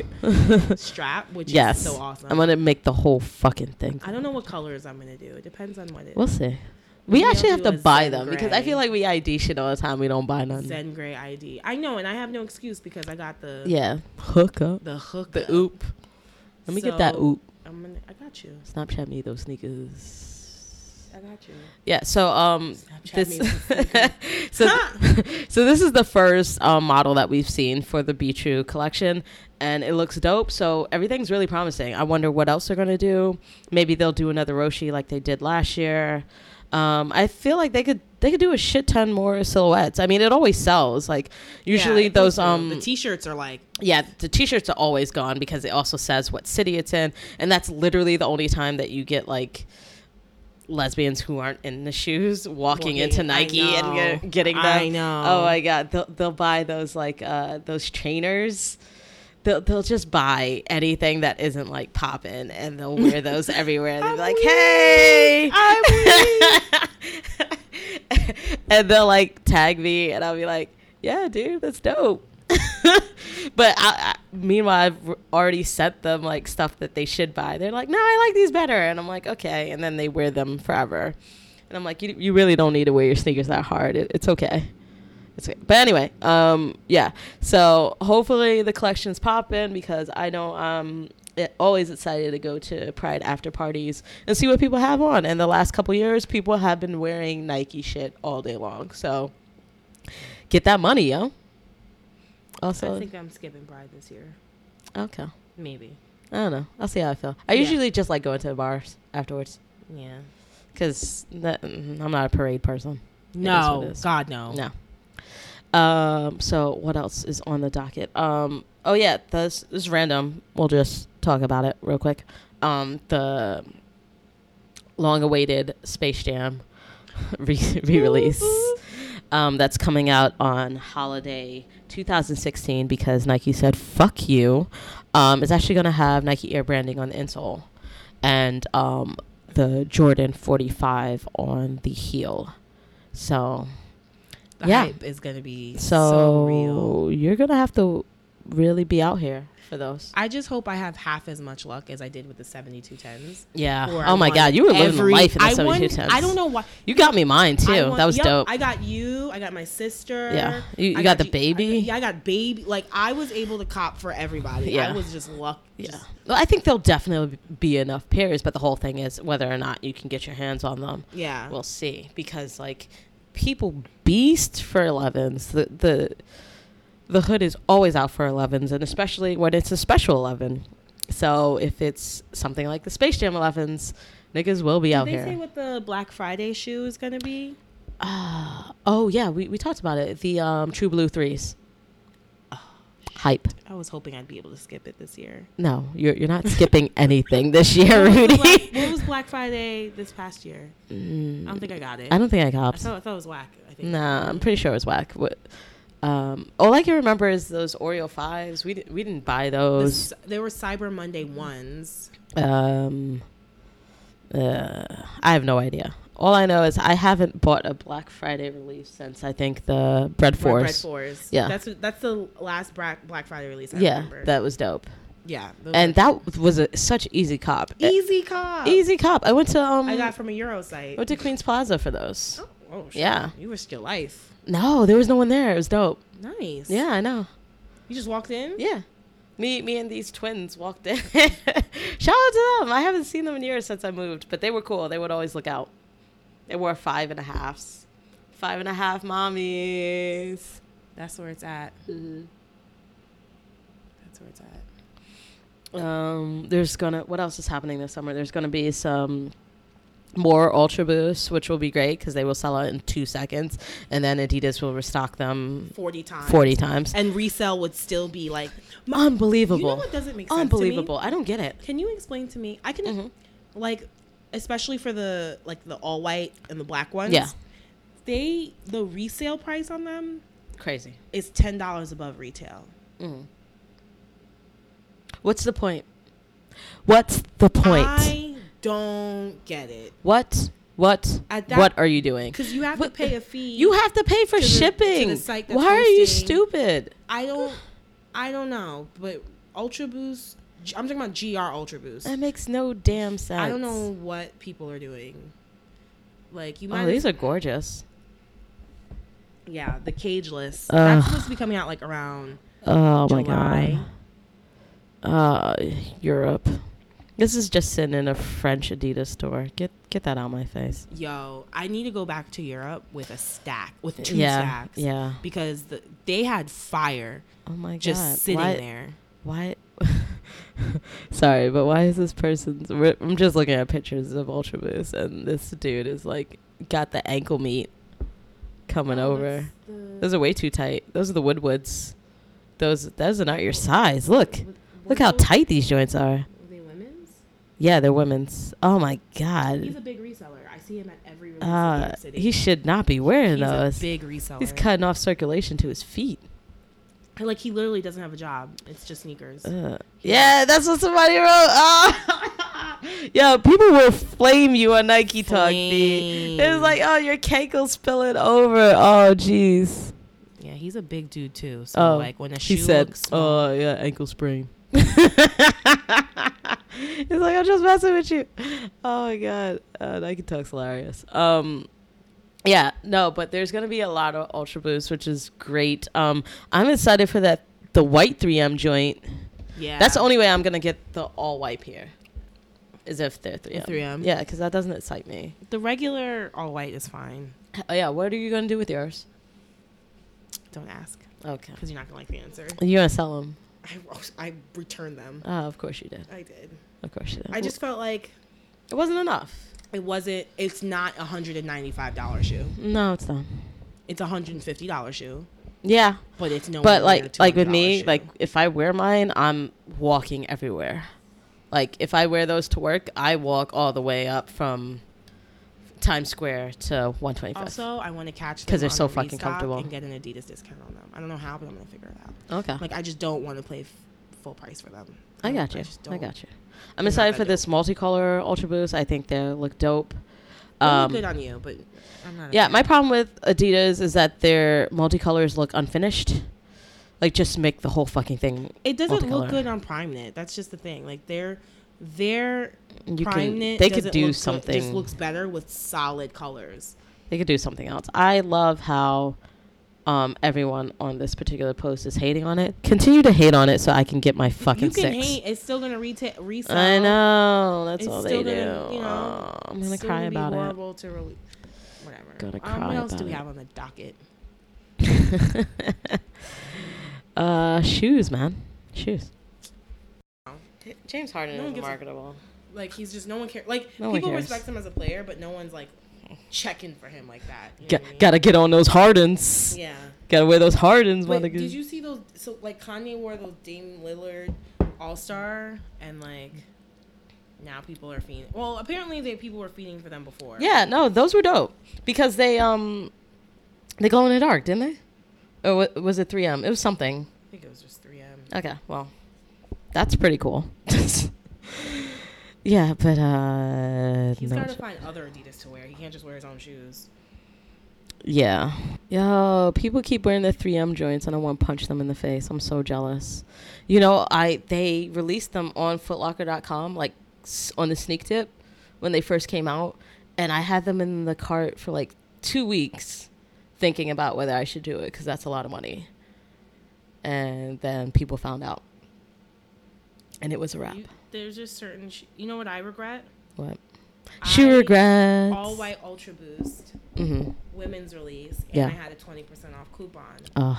Speaker 1: strap, which
Speaker 2: Yes.
Speaker 1: is so awesome.
Speaker 2: I'm gonna make the whole fucking thing.
Speaker 1: I don't know what colors I'm gonna do. It depends on what it
Speaker 2: We'll see. We
Speaker 1: Maybe
Speaker 2: actually
Speaker 1: I'll
Speaker 2: have
Speaker 1: do
Speaker 2: to
Speaker 1: a
Speaker 2: buy
Speaker 1: Zen
Speaker 2: them because I
Speaker 1: gray.
Speaker 2: feel like we ID shit all the time. We don't buy none.
Speaker 1: is. Zen Gray ID. I know, and I have no excuse because I got the
Speaker 2: Yeah. Hook up.
Speaker 1: the hook.
Speaker 2: The
Speaker 1: up.
Speaker 2: oop. Let me get that
Speaker 1: So-
Speaker 2: oop.
Speaker 1: I'm gonna. I got you.
Speaker 2: Snapchat me those sneakers.
Speaker 1: I got you.
Speaker 2: Yeah. So um.
Speaker 1: Snapchat
Speaker 2: This,
Speaker 1: me. some
Speaker 2: so, so this is the first um, model that we've seen for the Be True collection, and it looks dope. So everything's really promising. I wonder what else they're gonna do. Maybe they'll do another Roshi like they did last year. Um, I feel like they could they could do a shit ton more silhouettes. I mean, it always sells. Like usually
Speaker 1: Yeah, it goes
Speaker 2: those
Speaker 1: through.
Speaker 2: um
Speaker 1: the t-shirts are like
Speaker 2: yeah, the t-shirts are always gone because it also says what city it's in, and that's literally the only time that you get like lesbians who aren't in the shoes walking
Speaker 1: Walking
Speaker 2: into
Speaker 1: in. I
Speaker 2: Nike and
Speaker 1: know.
Speaker 2: get, getting them.
Speaker 1: I know.
Speaker 2: Oh my god, they'll they'll buy those like uh those trainers. They'll, they'll just buy anything that isn't like popping and they'll wear those everywhere. They'll
Speaker 1: I'm
Speaker 2: be like,
Speaker 1: weak.
Speaker 2: hey,
Speaker 1: I'm
Speaker 2: and they'll like tag me, and I'll be like, "Yeah, dude, that's dope." but I, I, meanwhile, I've already sent them like stuff that they should buy. They're like, "No, I like these better," and I'm like, "Okay," and then they wear them forever. And I'm like, "You, you really don't need to wear your sneakers that hard. It, it's okay." It's okay. But anyway, um, yeah. So hopefully the collection's popping because I know um it, always excited to go to Pride after parties and see what people have on. And the last couple years, people have been wearing Nike shit all day long. So get that money, yo.
Speaker 1: I
Speaker 2: Also,
Speaker 1: think I'm skipping Pride this year.
Speaker 2: okay.
Speaker 1: Maybe.
Speaker 2: I don't know. I'll see how I feel. I
Speaker 1: Yeah.
Speaker 2: usually just like going to the bars afterwards
Speaker 1: Yeah.
Speaker 2: because I'm not a parade person. It is what it
Speaker 1: No.
Speaker 2: is.
Speaker 1: God no.
Speaker 2: No. Um, so what else is on the docket? Um, oh yeah, this, this is random. We'll just talk about it real quick. Um, the long-awaited Space Jam re- re-release um, that's coming out on holiday 2016 because Nike said "fuck you." Um, it's actually going to have Nike Air branding on the insole and um, the Jordan 45 on the heel. So
Speaker 1: The
Speaker 2: Yeah.
Speaker 1: hype is gonna be so,
Speaker 2: so,
Speaker 1: real.
Speaker 2: you're gonna have to really be out here for those.
Speaker 1: I just hope I have half as much luck as I did with the 7210s.
Speaker 2: Yeah.
Speaker 1: where I
Speaker 2: Oh my
Speaker 1: won
Speaker 2: God, you were living the
Speaker 1: every-
Speaker 2: life in the
Speaker 1: I won-
Speaker 2: 72 tents.
Speaker 1: I don't know why.
Speaker 2: You got me mine too.
Speaker 1: I won-
Speaker 2: that was
Speaker 1: yup,
Speaker 2: dope.
Speaker 1: I got you. I got my sister.
Speaker 2: Yeah. You- you
Speaker 1: I
Speaker 2: got the
Speaker 1: you-
Speaker 2: baby.
Speaker 1: I, yeah, I got baby. Like I was able to cop for everybody.
Speaker 2: Yeah.
Speaker 1: I was just luck.
Speaker 2: yeah.
Speaker 1: just-
Speaker 2: Well, I think there'll definitely be enough pairs, but the whole thing is whether or not you can get your hands on them.
Speaker 1: yeah.
Speaker 2: We'll see because like people beast for 11s. The the the hood is always out for 11s and especially when it's a special 11. So if it's something like the Space Jam 11s, niggas will be out
Speaker 1: Did they
Speaker 2: here.
Speaker 1: say what the Black Friday shoe is gonna be?
Speaker 2: Ah, oh yeah, we, we talked about it. The um, True Blue threes. Oh, Hype.
Speaker 1: I was hoping I'd be able to skip it this year.
Speaker 2: No, you're you're not skipping anything this year,
Speaker 1: What was the
Speaker 2: Rudy.
Speaker 1: Black- what was Black Friday this past year? I don't think I got it.
Speaker 2: Mm, I don't think I
Speaker 1: I
Speaker 2: copped.
Speaker 1: thought, I thought it was whack. I think.
Speaker 2: Nah, I'm pretty sure it was whack. What? Um, all I can remember is those Oreo fives. We di- we didn't buy
Speaker 1: The
Speaker 2: those.
Speaker 1: s- there were Cyber Monday ones.
Speaker 2: Um, uh, I have no idea. All I know is I haven't bought a Black Friday release since I think the Bread
Speaker 1: Red Bread
Speaker 2: Force.
Speaker 1: fours.
Speaker 2: Yeah.
Speaker 1: That's that's the last Bra- Black Friday release. I
Speaker 2: yeah,
Speaker 1: remember.
Speaker 2: that was dope.
Speaker 1: yeah. those
Speaker 2: And
Speaker 1: were-
Speaker 2: that was a, such easy cop.
Speaker 1: easy cop.
Speaker 2: Easy cop. I went to um
Speaker 1: I got from a Euro site.
Speaker 2: went to Queens Plaza for those.
Speaker 1: Oh, oh, shit.
Speaker 2: Yeah.
Speaker 1: You risked your life.
Speaker 2: No, there was no one there. It was dope.
Speaker 1: Nice.
Speaker 2: Yeah, I know.
Speaker 1: You just walked in.
Speaker 2: Yeah. Me me and these twins walked in. Shout out to them. I haven't seen them in years since I moved, but they were cool. They would always look out. They wore five and a halves. Five and a half mommies.
Speaker 1: That's where it's at.
Speaker 2: Mm-hmm.
Speaker 1: That's where it's at.
Speaker 2: Um, there's gonna what else is happening this summer? There's gonna be some more Ultra Boosts, which will be great because they will sell out in two seconds, and then Adidas will restock them
Speaker 1: Forty times.
Speaker 2: 40 times.
Speaker 1: And resale would still be like
Speaker 2: Unbelievable.
Speaker 1: You know what doesn't make sense? to me? Mm-hmm.
Speaker 2: Unbelievable. I don't get it.
Speaker 1: Can you explain to me? I can,
Speaker 2: Mhm.
Speaker 1: like, especially for the like the all white and the black ones.
Speaker 2: Yeah.
Speaker 1: They the resale price on them
Speaker 2: Crazy. Mm-hmm.
Speaker 1: is ten dollars above retail.
Speaker 2: What's the point? What's the point?
Speaker 1: I don't get it
Speaker 2: what? What?
Speaker 1: At that-
Speaker 2: what are you doing?
Speaker 1: because you have
Speaker 2: What-
Speaker 1: to pay a fee.
Speaker 2: You have to pay for
Speaker 1: to the- to the
Speaker 2: shipping.
Speaker 1: site that's
Speaker 2: Why are you
Speaker 1: hosting.
Speaker 2: stupid?
Speaker 1: I don't. I don't know, but Ultra Boost. I'm talking about GR Ultra Boost.
Speaker 2: That makes no damn sense.
Speaker 1: I don't know what people are doing. Like you might. as-
Speaker 2: Oh, these are gorgeous.
Speaker 1: yeah, the cageless.
Speaker 2: Ugh.
Speaker 1: That's supposed to be coming out like around
Speaker 2: Oh my
Speaker 1: July.
Speaker 2: god. Uh, Europe. This is just sitting in a French Adidas store. Get get that out of my face.
Speaker 1: Yo, I need to go back to Europe with a stack, with two
Speaker 2: yeah.
Speaker 1: stacks.
Speaker 2: Yeah.
Speaker 1: Because the, they had fire
Speaker 2: Oh my
Speaker 1: just
Speaker 2: god.
Speaker 1: sitting
Speaker 2: Why-
Speaker 1: there.
Speaker 2: Why? Sorry, but why is this person's? we're- I'm just looking at pictures of Ultra Boost, and this dude is like got the ankle meat coming
Speaker 1: Oh,
Speaker 2: over. Those are way too tight. Those are the Woodwoods. Those those are not your size. Look, look how tight these joints are.
Speaker 1: they women's?
Speaker 2: Yeah, they're women's. Oh my
Speaker 1: He's a
Speaker 2: god.
Speaker 1: big reseller. I see him at every release in New
Speaker 2: Uh,
Speaker 1: York City.
Speaker 2: he should not be wearing
Speaker 1: He's
Speaker 2: those.
Speaker 1: a big reseller.
Speaker 2: He's cutting off circulation to his feet.
Speaker 1: like he literally doesn't have a job. It's just sneakers.
Speaker 2: Uh, yeah, that's what somebody wrote. Ah. Yo, people will flame you on Nike Talk. B. It was
Speaker 1: Flame.
Speaker 2: like, oh, your cake will spill it over. Oh, jeez.
Speaker 1: Yeah, he's a big dude too. So
Speaker 2: Oh,
Speaker 1: like when a shoe
Speaker 2: She said,
Speaker 1: looks small,
Speaker 2: oh, yeah, ankle sprain. He's like, I'm just messing with you. Oh my god, uh, Nike Talk's hilarious. Um, yeah, no, but there's gonna be a lot of Ultra Boost, which is great. Um, I'm excited for that the white 3M joint.
Speaker 1: yeah,
Speaker 2: That's the only way I'm gonna get the all white here, is if they're three M.
Speaker 1: 3M.
Speaker 2: Yeah, because that doesn't excite me.
Speaker 1: the regular all white is fine.
Speaker 2: Oh, yeah, what are you gonna do with yours?
Speaker 1: Don't ask
Speaker 2: Okay.
Speaker 1: because you're not gonna like the answer.
Speaker 2: You're gonna sell them.
Speaker 1: I I returned them.
Speaker 2: Oh, of course you did.
Speaker 1: I did.
Speaker 2: Of course you did.
Speaker 1: I just felt like
Speaker 2: it wasn't enough.
Speaker 1: it wasn't it's not a hundred and ninety five dollar shoe
Speaker 2: No, it's not.
Speaker 1: it's a hundred and fifty dollar shoe
Speaker 2: Yeah,
Speaker 1: but it's no
Speaker 2: but
Speaker 1: near a
Speaker 2: like like with
Speaker 1: $200
Speaker 2: me,
Speaker 1: shoe.
Speaker 2: like if I wear mine, I'm walking everywhere. Like if I wear those to work, I walk all the way up from Times Square to 125.
Speaker 1: also i want to catch
Speaker 2: 'Cause
Speaker 1: because
Speaker 2: they're so fucking comfortable. Ah.
Speaker 1: and get an adidas discount on them i don't know how but i'm gonna figure it out
Speaker 2: okay.
Speaker 1: like i just don't want to play f- full price for them
Speaker 2: I got you.
Speaker 1: just
Speaker 2: I,
Speaker 1: don't.
Speaker 2: got
Speaker 1: They're
Speaker 2: you. I'm
Speaker 1: not
Speaker 2: excited
Speaker 1: that
Speaker 2: for this multicolor Ultra Boost. I think they look dope.
Speaker 1: They look
Speaker 2: Um,
Speaker 1: good on you but i'm not a
Speaker 2: yeah,
Speaker 1: fan.
Speaker 2: my problem with Adidas is that their multicolors look unfinished. Like just make the whole fucking thing.
Speaker 1: It doesn't
Speaker 2: Multicolor.
Speaker 1: look good on PrimeNet. That's just the thing. Like their their
Speaker 2: You can-
Speaker 1: PrimeNet
Speaker 2: they could
Speaker 1: doesn't
Speaker 2: do
Speaker 1: look good-
Speaker 2: something.
Speaker 1: just looks better with solid colors.
Speaker 2: They could do something else. I love how um, everyone on this particular post is hating on it. Continue to hate on it so I can get my fucking
Speaker 1: you can
Speaker 2: six.
Speaker 1: hate. It's still gonna reta- resell.
Speaker 2: I know. That's
Speaker 1: It's
Speaker 2: all they
Speaker 1: still
Speaker 2: do.
Speaker 1: gonna, you know,
Speaker 2: Aw, I'm gonna
Speaker 1: still
Speaker 2: cry
Speaker 1: be
Speaker 2: about it.
Speaker 1: horrible To rele- whatever.
Speaker 2: Gonna
Speaker 1: um,
Speaker 2: cry
Speaker 1: what else
Speaker 2: about
Speaker 1: do we
Speaker 2: it.
Speaker 1: have on the docket?
Speaker 2: uh, shoes, man. Shoes.
Speaker 1: No.
Speaker 2: James Harden
Speaker 1: No one
Speaker 2: is
Speaker 1: gives a-
Speaker 2: marketable.
Speaker 1: Like he's just no one cares. Like
Speaker 2: No one
Speaker 1: people
Speaker 2: cares.
Speaker 1: respect him as a player, but no one's like checking for him like that. You know
Speaker 2: Got,
Speaker 1: what I mean?
Speaker 2: gotta get on those Hardens.
Speaker 1: Yeah.
Speaker 2: Gotta wear those Hardens,
Speaker 1: Wait,
Speaker 2: motherfucker.
Speaker 1: did you see those? So like Kanye wore those Dame Lillard All Star, and like now people are feeding. Well, apparently they people were feeding for them before.
Speaker 2: Yeah, no, those were dope because they um, they glow in the dark, didn't they? Or wa- was it 3M? It was something.
Speaker 1: I think it was just 3M.
Speaker 2: Okay, well, that's pretty cool. yeah, but uh,
Speaker 1: He's
Speaker 2: no
Speaker 1: got to
Speaker 2: sh-
Speaker 1: find other Adidas to wear. He can't just wear his own shoes.
Speaker 2: yeah, yo, people keep wearing the 3M joints, and I want to punch them in the face. I'm so jealous. You know, I they released them on FootLocker.com, like s- on the sneak tip when they first came out, and I had them in the cart for like two weeks, thinking about whether I should do it because that's a lot of money. And then people found out, and it was a wrap.
Speaker 1: You- there's just certain. Sh- you know what I regret?
Speaker 2: What? Shoe
Speaker 1: I-
Speaker 2: regrets.
Speaker 1: All white Ultra Boost
Speaker 2: Mm-hmm.
Speaker 1: women's release, and
Speaker 2: Yeah.
Speaker 1: I had a 20% off coupon.
Speaker 2: Uh,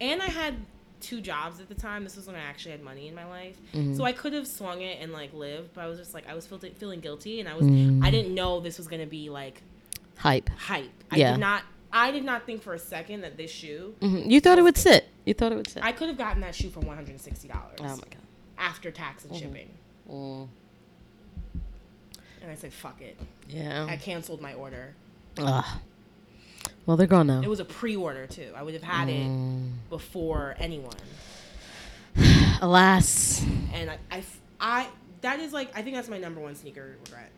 Speaker 1: And I had two jobs at the time. This was when I actually had money in my life,
Speaker 2: Mm-hmm.
Speaker 1: so I could have swung it and like lived, but I was just like I was feel- feeling guilty, and I was
Speaker 2: Mm-hmm.
Speaker 1: I didn't know this was gonna be like
Speaker 2: Mm. hype.
Speaker 1: hype. I
Speaker 2: Yeah.
Speaker 1: did not. I did not think for a second that this shoe.
Speaker 2: hmm You thought it would sit. You thought it would sit.
Speaker 1: I could have gotten that shoe for one hundred and sixty dollars
Speaker 2: oh my god. Mm-hmm.
Speaker 1: after tax and shipping.
Speaker 2: Mm.
Speaker 1: And I said, "Fuck it." I
Speaker 2: Yeah.
Speaker 1: canceled my order.
Speaker 2: Ugh. Well, they're gone now.
Speaker 1: It was a pre-order too. I would have had
Speaker 2: Mm.
Speaker 1: it before anyone.
Speaker 2: Alas.
Speaker 1: And I, I, I- that is like I think that's my number one sneaker regret.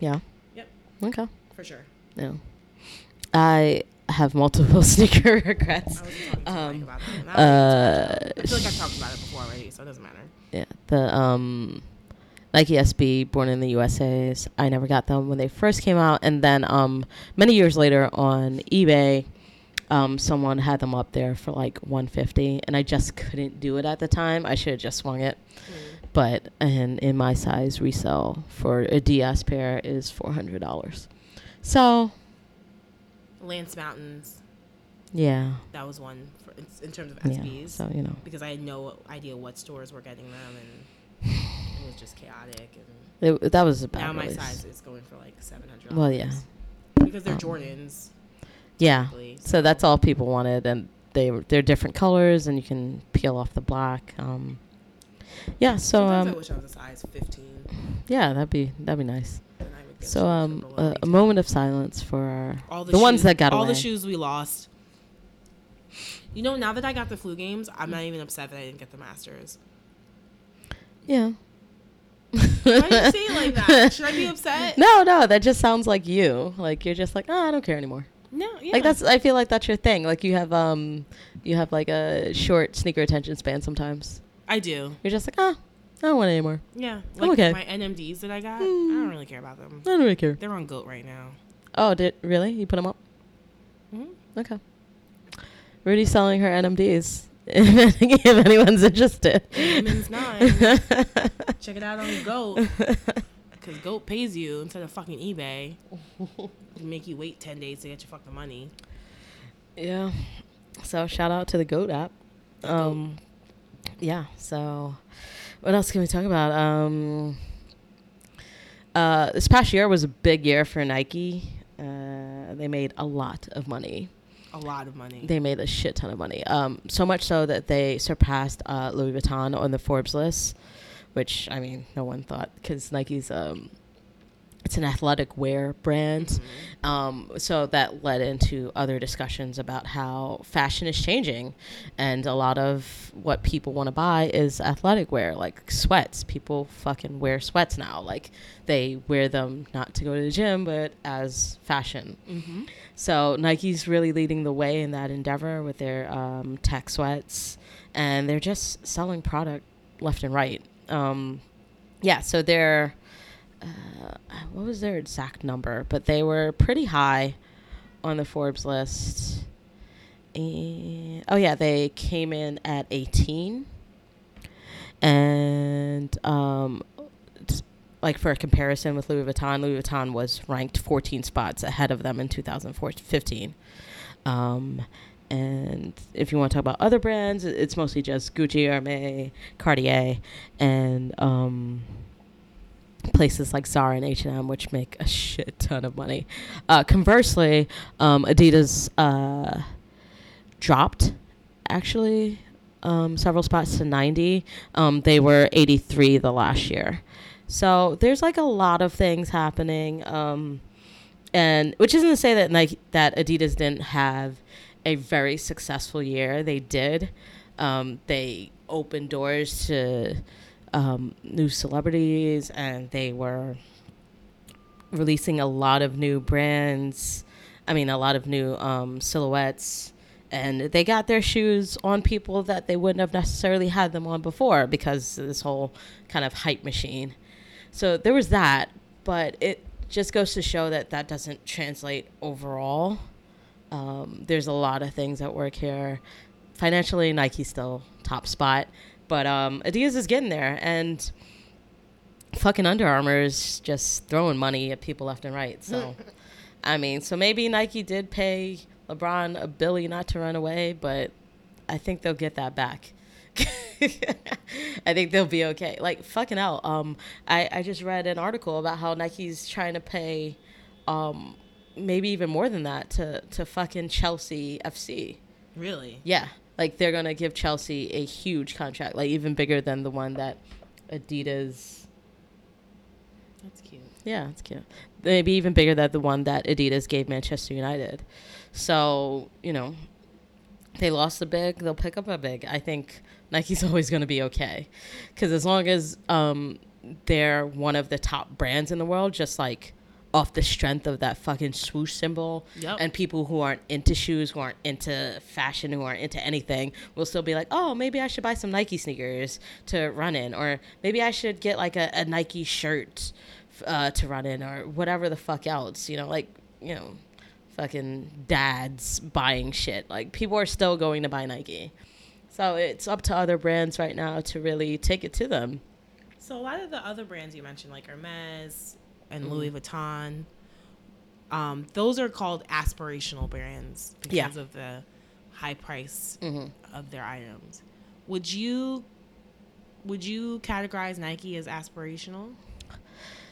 Speaker 2: Yeah.
Speaker 1: Yep,
Speaker 2: Okay.
Speaker 1: for sure.
Speaker 2: No. I have multiple sneaker regrets.
Speaker 1: I was talking to Mike
Speaker 2: Um,
Speaker 1: about that. and I
Speaker 2: uh,
Speaker 1: I feel like I talked about it before already, so it doesn't matter.
Speaker 2: Yeah, the um, Nike SB Born in the USA's. I never got them when they first came out, and then um, many years later on eBay, um, someone had them up there for like 150, and I just couldn't do it at the time. I should have just swung it, but and in my size resell for a DS pair is 400 dollars. So
Speaker 1: Lance Mountains,
Speaker 2: yeah,
Speaker 1: that was one for, in- in terms of
Speaker 2: yeah.
Speaker 1: SBs.
Speaker 2: So you know,
Speaker 1: because I had no idea what stores were getting them, and it was just chaotic. And
Speaker 2: it, that was a bad
Speaker 1: now my
Speaker 2: release.
Speaker 1: size is going for like seven hundred.
Speaker 2: Well, yeah.
Speaker 1: because they're Jordans.
Speaker 2: Yeah.
Speaker 1: Basically,
Speaker 2: So that's all people wanted, and they were- they're different colors, and you can peel off the black. Um, yeah. So
Speaker 1: Sometimes I
Speaker 2: um,
Speaker 1: wish I was a size fifteen.
Speaker 2: yeah, that'd be that'd be nice.
Speaker 1: then I would get shoes
Speaker 2: So
Speaker 1: for
Speaker 2: um,
Speaker 1: below
Speaker 2: a, a
Speaker 1: retail.
Speaker 2: moment of silence for our,
Speaker 1: all
Speaker 2: the, ones
Speaker 1: shoes-
Speaker 2: that got
Speaker 1: all
Speaker 2: away.
Speaker 1: the shoes we lost. You know, now that I got the flu games, I'm not even upset that I didn't get the Masters.
Speaker 2: Yeah.
Speaker 1: Why do you say it like that? Should I be upset?
Speaker 2: No, no, that just sounds like you. Like you're just like, oh, I don't care anymore.
Speaker 1: No, yeah.
Speaker 2: Like that's I feel like that's your thing. Like you have um, you have like a short sneaker attention span sometimes.
Speaker 1: I do.
Speaker 2: You're just like, oh, I don't want it anymore.
Speaker 1: Yeah.
Speaker 2: I'm
Speaker 1: Like
Speaker 2: okay.
Speaker 1: my NMDs that I got, I
Speaker 2: Hmm.
Speaker 1: don't really care about them.
Speaker 2: I don't really care.
Speaker 1: They're on GOAT right now.
Speaker 2: Oh, did really? You put them up?
Speaker 1: Mhm.
Speaker 2: Okay. Rudy's selling her NMDs. if anyone's interested.
Speaker 1: Women's nine. Check it out on GOAT. Because GOAT pays you instead of fucking eBay. They make you wait 10 days to get your fucking money.
Speaker 2: yeah. So shout out to the Goat app. Um, yeah. So what else can we talk about? Um, uh, this past year was a big year for Nike. Uh, they made a lot of money.
Speaker 1: A lot of money.
Speaker 2: They made a shit ton of money. Um, so much so that they surpassed uh, Louis Vuitton on the Forbes list, which I mean, no one thought because Nike's um, it's an athletic wear brand.
Speaker 1: Mm-hmm.
Speaker 2: Um, so that led into other discussions about how fashion is changing, and a lot of what people want to buy is athletic wear, like sweats. People fucking wear sweats now. Like they wear them not to go to the gym, but as fashion.
Speaker 1: Mm-hmm.
Speaker 2: So Nike's really leading the way in that endeavor with their um, tech sweats, and they're just selling product left and right. Um, yeah, so they're uh, what was their exact number? But they were pretty high on the Forbes list. And, oh yeah, they came in at 18, and um, t- like for a comparison with Louis Vuitton, Louis Vuitton was ranked 14 spots ahead of them in 2015. Um, and if you want to talk about other brands, i- it's mostly just Gucci, Hermes, Cartier, and um, places like Zara and H&M, which make a shit ton of money. Uh, conversely, um, Adidas uh, dropped actually um, several spots to 90. Um, they were 83 the last year. So there's like a lot of things happening. Um, and which isn't to say that Nike that Adidas didn't have a very successful year. They did. Um, they opened doors to um, new celebrities, and they were releasing a lot of new brands. I mean, a lot of new um, silhouettes, and they got their shoes on people that they wouldn't have necessarily had them on before because of this whole kind of hype machine. So there was that, but it just goes to show that that doesn't translate overall. Um, there's a lot of things at work here. Financially, Nike's still top spot, but um, Adidas is getting there, and fucking Under Armour is just throwing money at people left and right. So, I mean, so maybe Nike did pay LeBron a billy not to run away, but I think they'll get that back. I think they'll be okay. Like fucking hell. Um, I I just read an article about how Nike's trying to pay, um, maybe even more than that to to fucking Chelsea FC.
Speaker 1: Really?
Speaker 2: Yeah, like they're gonna give Chelsea a huge contract, like even bigger than the one that Adidas.
Speaker 1: That's cute.
Speaker 2: Yeah, it's cute. Maybe even bigger than the one that Adidas gave Manchester United. So, you know, they lost a big, they'll pick up a big. I think Nike's always going to be okay. Because as long as um, they're one of the top brands in the world, just like off the strength of that fucking swoosh symbol,
Speaker 1: Yep.
Speaker 2: and people who aren't into shoes, who aren't into fashion, who aren't into anything, will still be like, oh, maybe I should buy some Nike sneakers to run in, or maybe I should get like a, a Nike shirt f- uh, to run in, or whatever the fuck else, you know, like, you know, fucking dads buying shit. Like, people are still going to buy Nike. So it's up to other brands right now to really take it to them.
Speaker 1: So a lot of the other brands you mentioned, like Hermes and Louis Vuitton, um, those are called aspirational brands because
Speaker 2: Yeah.
Speaker 1: of the high price of their items. Would you would you categorize Nike as aspirational?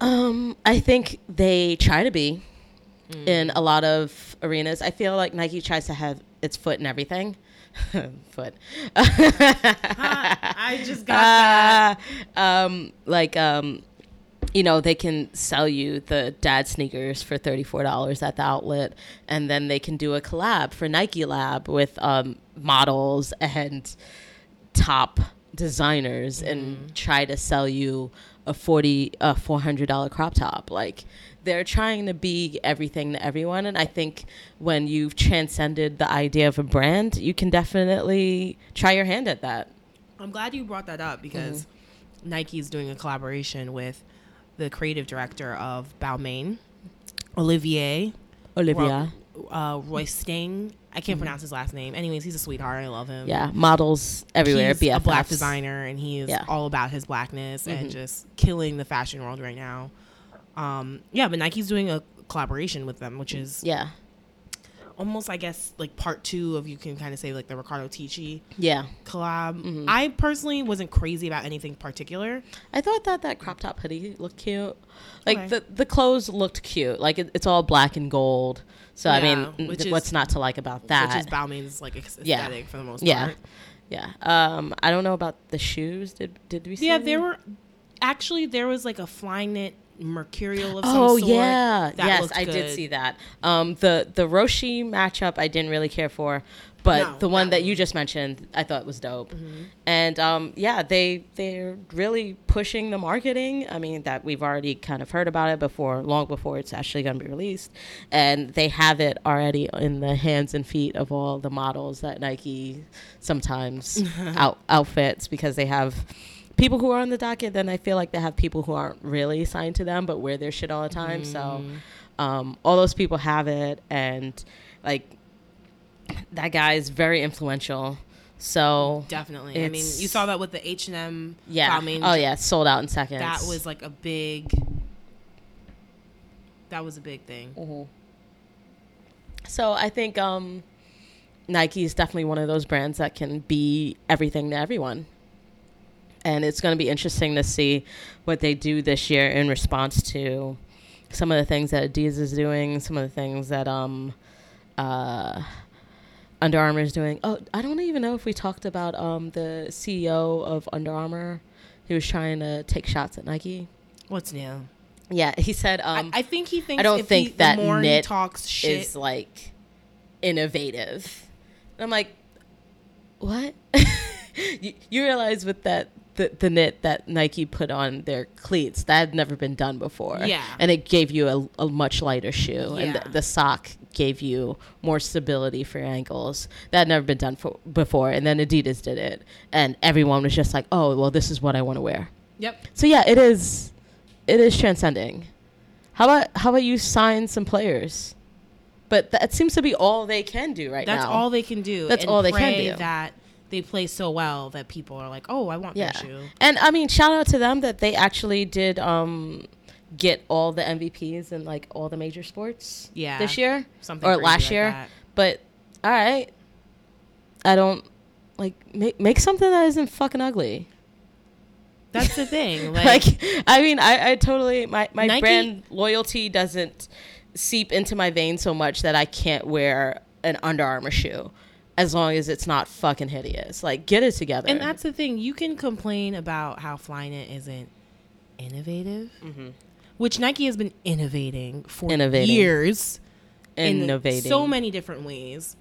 Speaker 2: Um, I think they try to be in a lot of arenas. I feel like Nike tries to have its foot in everything. foot.
Speaker 1: I just got that.
Speaker 2: Ah, um, like um, you know, they can sell you the dad sneakers for thirty four dollars at the outlet, and then they can do a collab for Nike Lab with um, models and top designers and try to sell you a forty a four hundred dollar crop top. Like they're trying to be everything to everyone, and I think when you've transcended the idea of a brand, you can definitely try your hand at that.
Speaker 1: I'm glad you brought that up because Nike is doing a collaboration with the creative director of Balmain, Olivier
Speaker 2: Olivia.
Speaker 1: Ro- uh, Roysting. I can't pronounce his last name. Anyways, he's a sweetheart. I love him.
Speaker 2: Mm-hmm. Yeah, models everywhere.
Speaker 1: He's a black
Speaker 2: BFFs.
Speaker 1: designer, and he is
Speaker 2: Yeah. Mm-hmm.
Speaker 1: all about his blackness and just killing the fashion world right now. Um, yeah, but Nike's doing a collaboration with them, which is
Speaker 2: Yeah,
Speaker 1: almost, I guess, like part two of you can kind of say like the Ricardo Ticci
Speaker 2: yeah.
Speaker 1: collab.
Speaker 2: Mm-hmm.
Speaker 1: I personally wasn't crazy about anything particular.
Speaker 2: I thought that that crop top hoodie looked cute. Like
Speaker 1: Okay.
Speaker 2: the the clothes looked cute. Like it, it's all black and gold. So I
Speaker 1: Yeah,
Speaker 2: mean, n-
Speaker 1: which
Speaker 2: what's
Speaker 1: is-
Speaker 2: not to like about that?
Speaker 1: Which is Balmain's like aesthetic
Speaker 2: Yeah.
Speaker 1: for the most
Speaker 2: yeah,
Speaker 1: part.
Speaker 2: yeah. Um, I don't know about the shoes. Did did we? See
Speaker 1: Yeah,
Speaker 2: any?
Speaker 1: there were actually there was like a fly knit mercurial of some
Speaker 2: Oh
Speaker 1: sort.
Speaker 2: yeah,
Speaker 1: That
Speaker 2: yes,
Speaker 1: looked
Speaker 2: I did
Speaker 1: good.
Speaker 2: see that. Um, the the Roshi matchup I didn't really care for, but
Speaker 1: No, Mm-hmm.
Speaker 2: the one
Speaker 1: that
Speaker 2: that you just mentioned I thought was dope. And um, yeah, they they're really pushing the marketing. I mean that we've already kind of heard about it before, long before it's actually going to be released, and they have it already in the hands and feet of all the models that Nike sometimes out, outfits because they have people who are on the docket, then I feel like they have people who aren't really signed to them but wear their shit all the time.
Speaker 1: Mm-hmm.
Speaker 2: So um, all those people have it, and like that guy is very influential. So
Speaker 1: Definitely. I mean,
Speaker 2: It's-
Speaker 1: you saw that with the H and M.
Speaker 2: yeah, oh yeah, sold out in seconds.
Speaker 1: That was like a big. That was a big thing.
Speaker 2: so. I think um, Nike is definitely one of those brands that can be everything to everyone. And it's going to be interesting to see what they do this year in response to some of the things that Adidas is doing, some of the things that um, uh, Under Armour is doing. Oh, I don't even know if we talked about um, the CEO of Under Armour. He was trying to take shots at Nike.
Speaker 1: What's new?
Speaker 2: Yeah, he said. Um,
Speaker 1: I, I think he thinks.
Speaker 2: I don't
Speaker 1: if
Speaker 2: think
Speaker 1: he, the
Speaker 2: that
Speaker 1: more he
Speaker 2: knit
Speaker 1: talks shit.
Speaker 2: is like innovative. And I'm like, what? you, you realize with that the, the knit that Nike put on their cleats that had never been done before.
Speaker 1: Yeah.
Speaker 2: and it gave you a, a much lighter shoe, and
Speaker 1: Yeah.
Speaker 2: the, the sock gave you more stability for your ankles that had never been done for, before. And then Adidas did it, and everyone was just like, oh, well, this is what I want to wear.
Speaker 1: yep.
Speaker 2: So yeah, it is it is transcending. How about how about you sign some players? But that seems to be all they can do right
Speaker 1: That's
Speaker 2: now.
Speaker 1: all they can do.
Speaker 2: That's
Speaker 1: and
Speaker 2: all they can
Speaker 1: pray
Speaker 2: do.
Speaker 1: That they play so well that people are like, oh, I want
Speaker 2: yeah.
Speaker 1: that shoe.
Speaker 2: And I mean, shout out to them that they actually did um get all the MVPs in like all the major sports
Speaker 1: Yeah.
Speaker 2: this year
Speaker 1: Something
Speaker 2: or
Speaker 1: crazy
Speaker 2: last
Speaker 1: like
Speaker 2: year.
Speaker 1: that.
Speaker 2: But all right. I don't like make make something that isn't fucking ugly.
Speaker 1: That's the thing. Like,
Speaker 2: like i mean i, I totally my, my
Speaker 1: Nike-
Speaker 2: brand loyalty doesn't seep into my veins so much that i can't wear an under armor shoe as long as it's not fucking hideous like get it together
Speaker 1: and that's the thing. You can complain about how Flyknit isn't innovative, which Nike has been innovating for
Speaker 2: Mm-hmm. Innovating.
Speaker 1: years. in
Speaker 2: innovating Mm-hmm.
Speaker 1: so many different ways.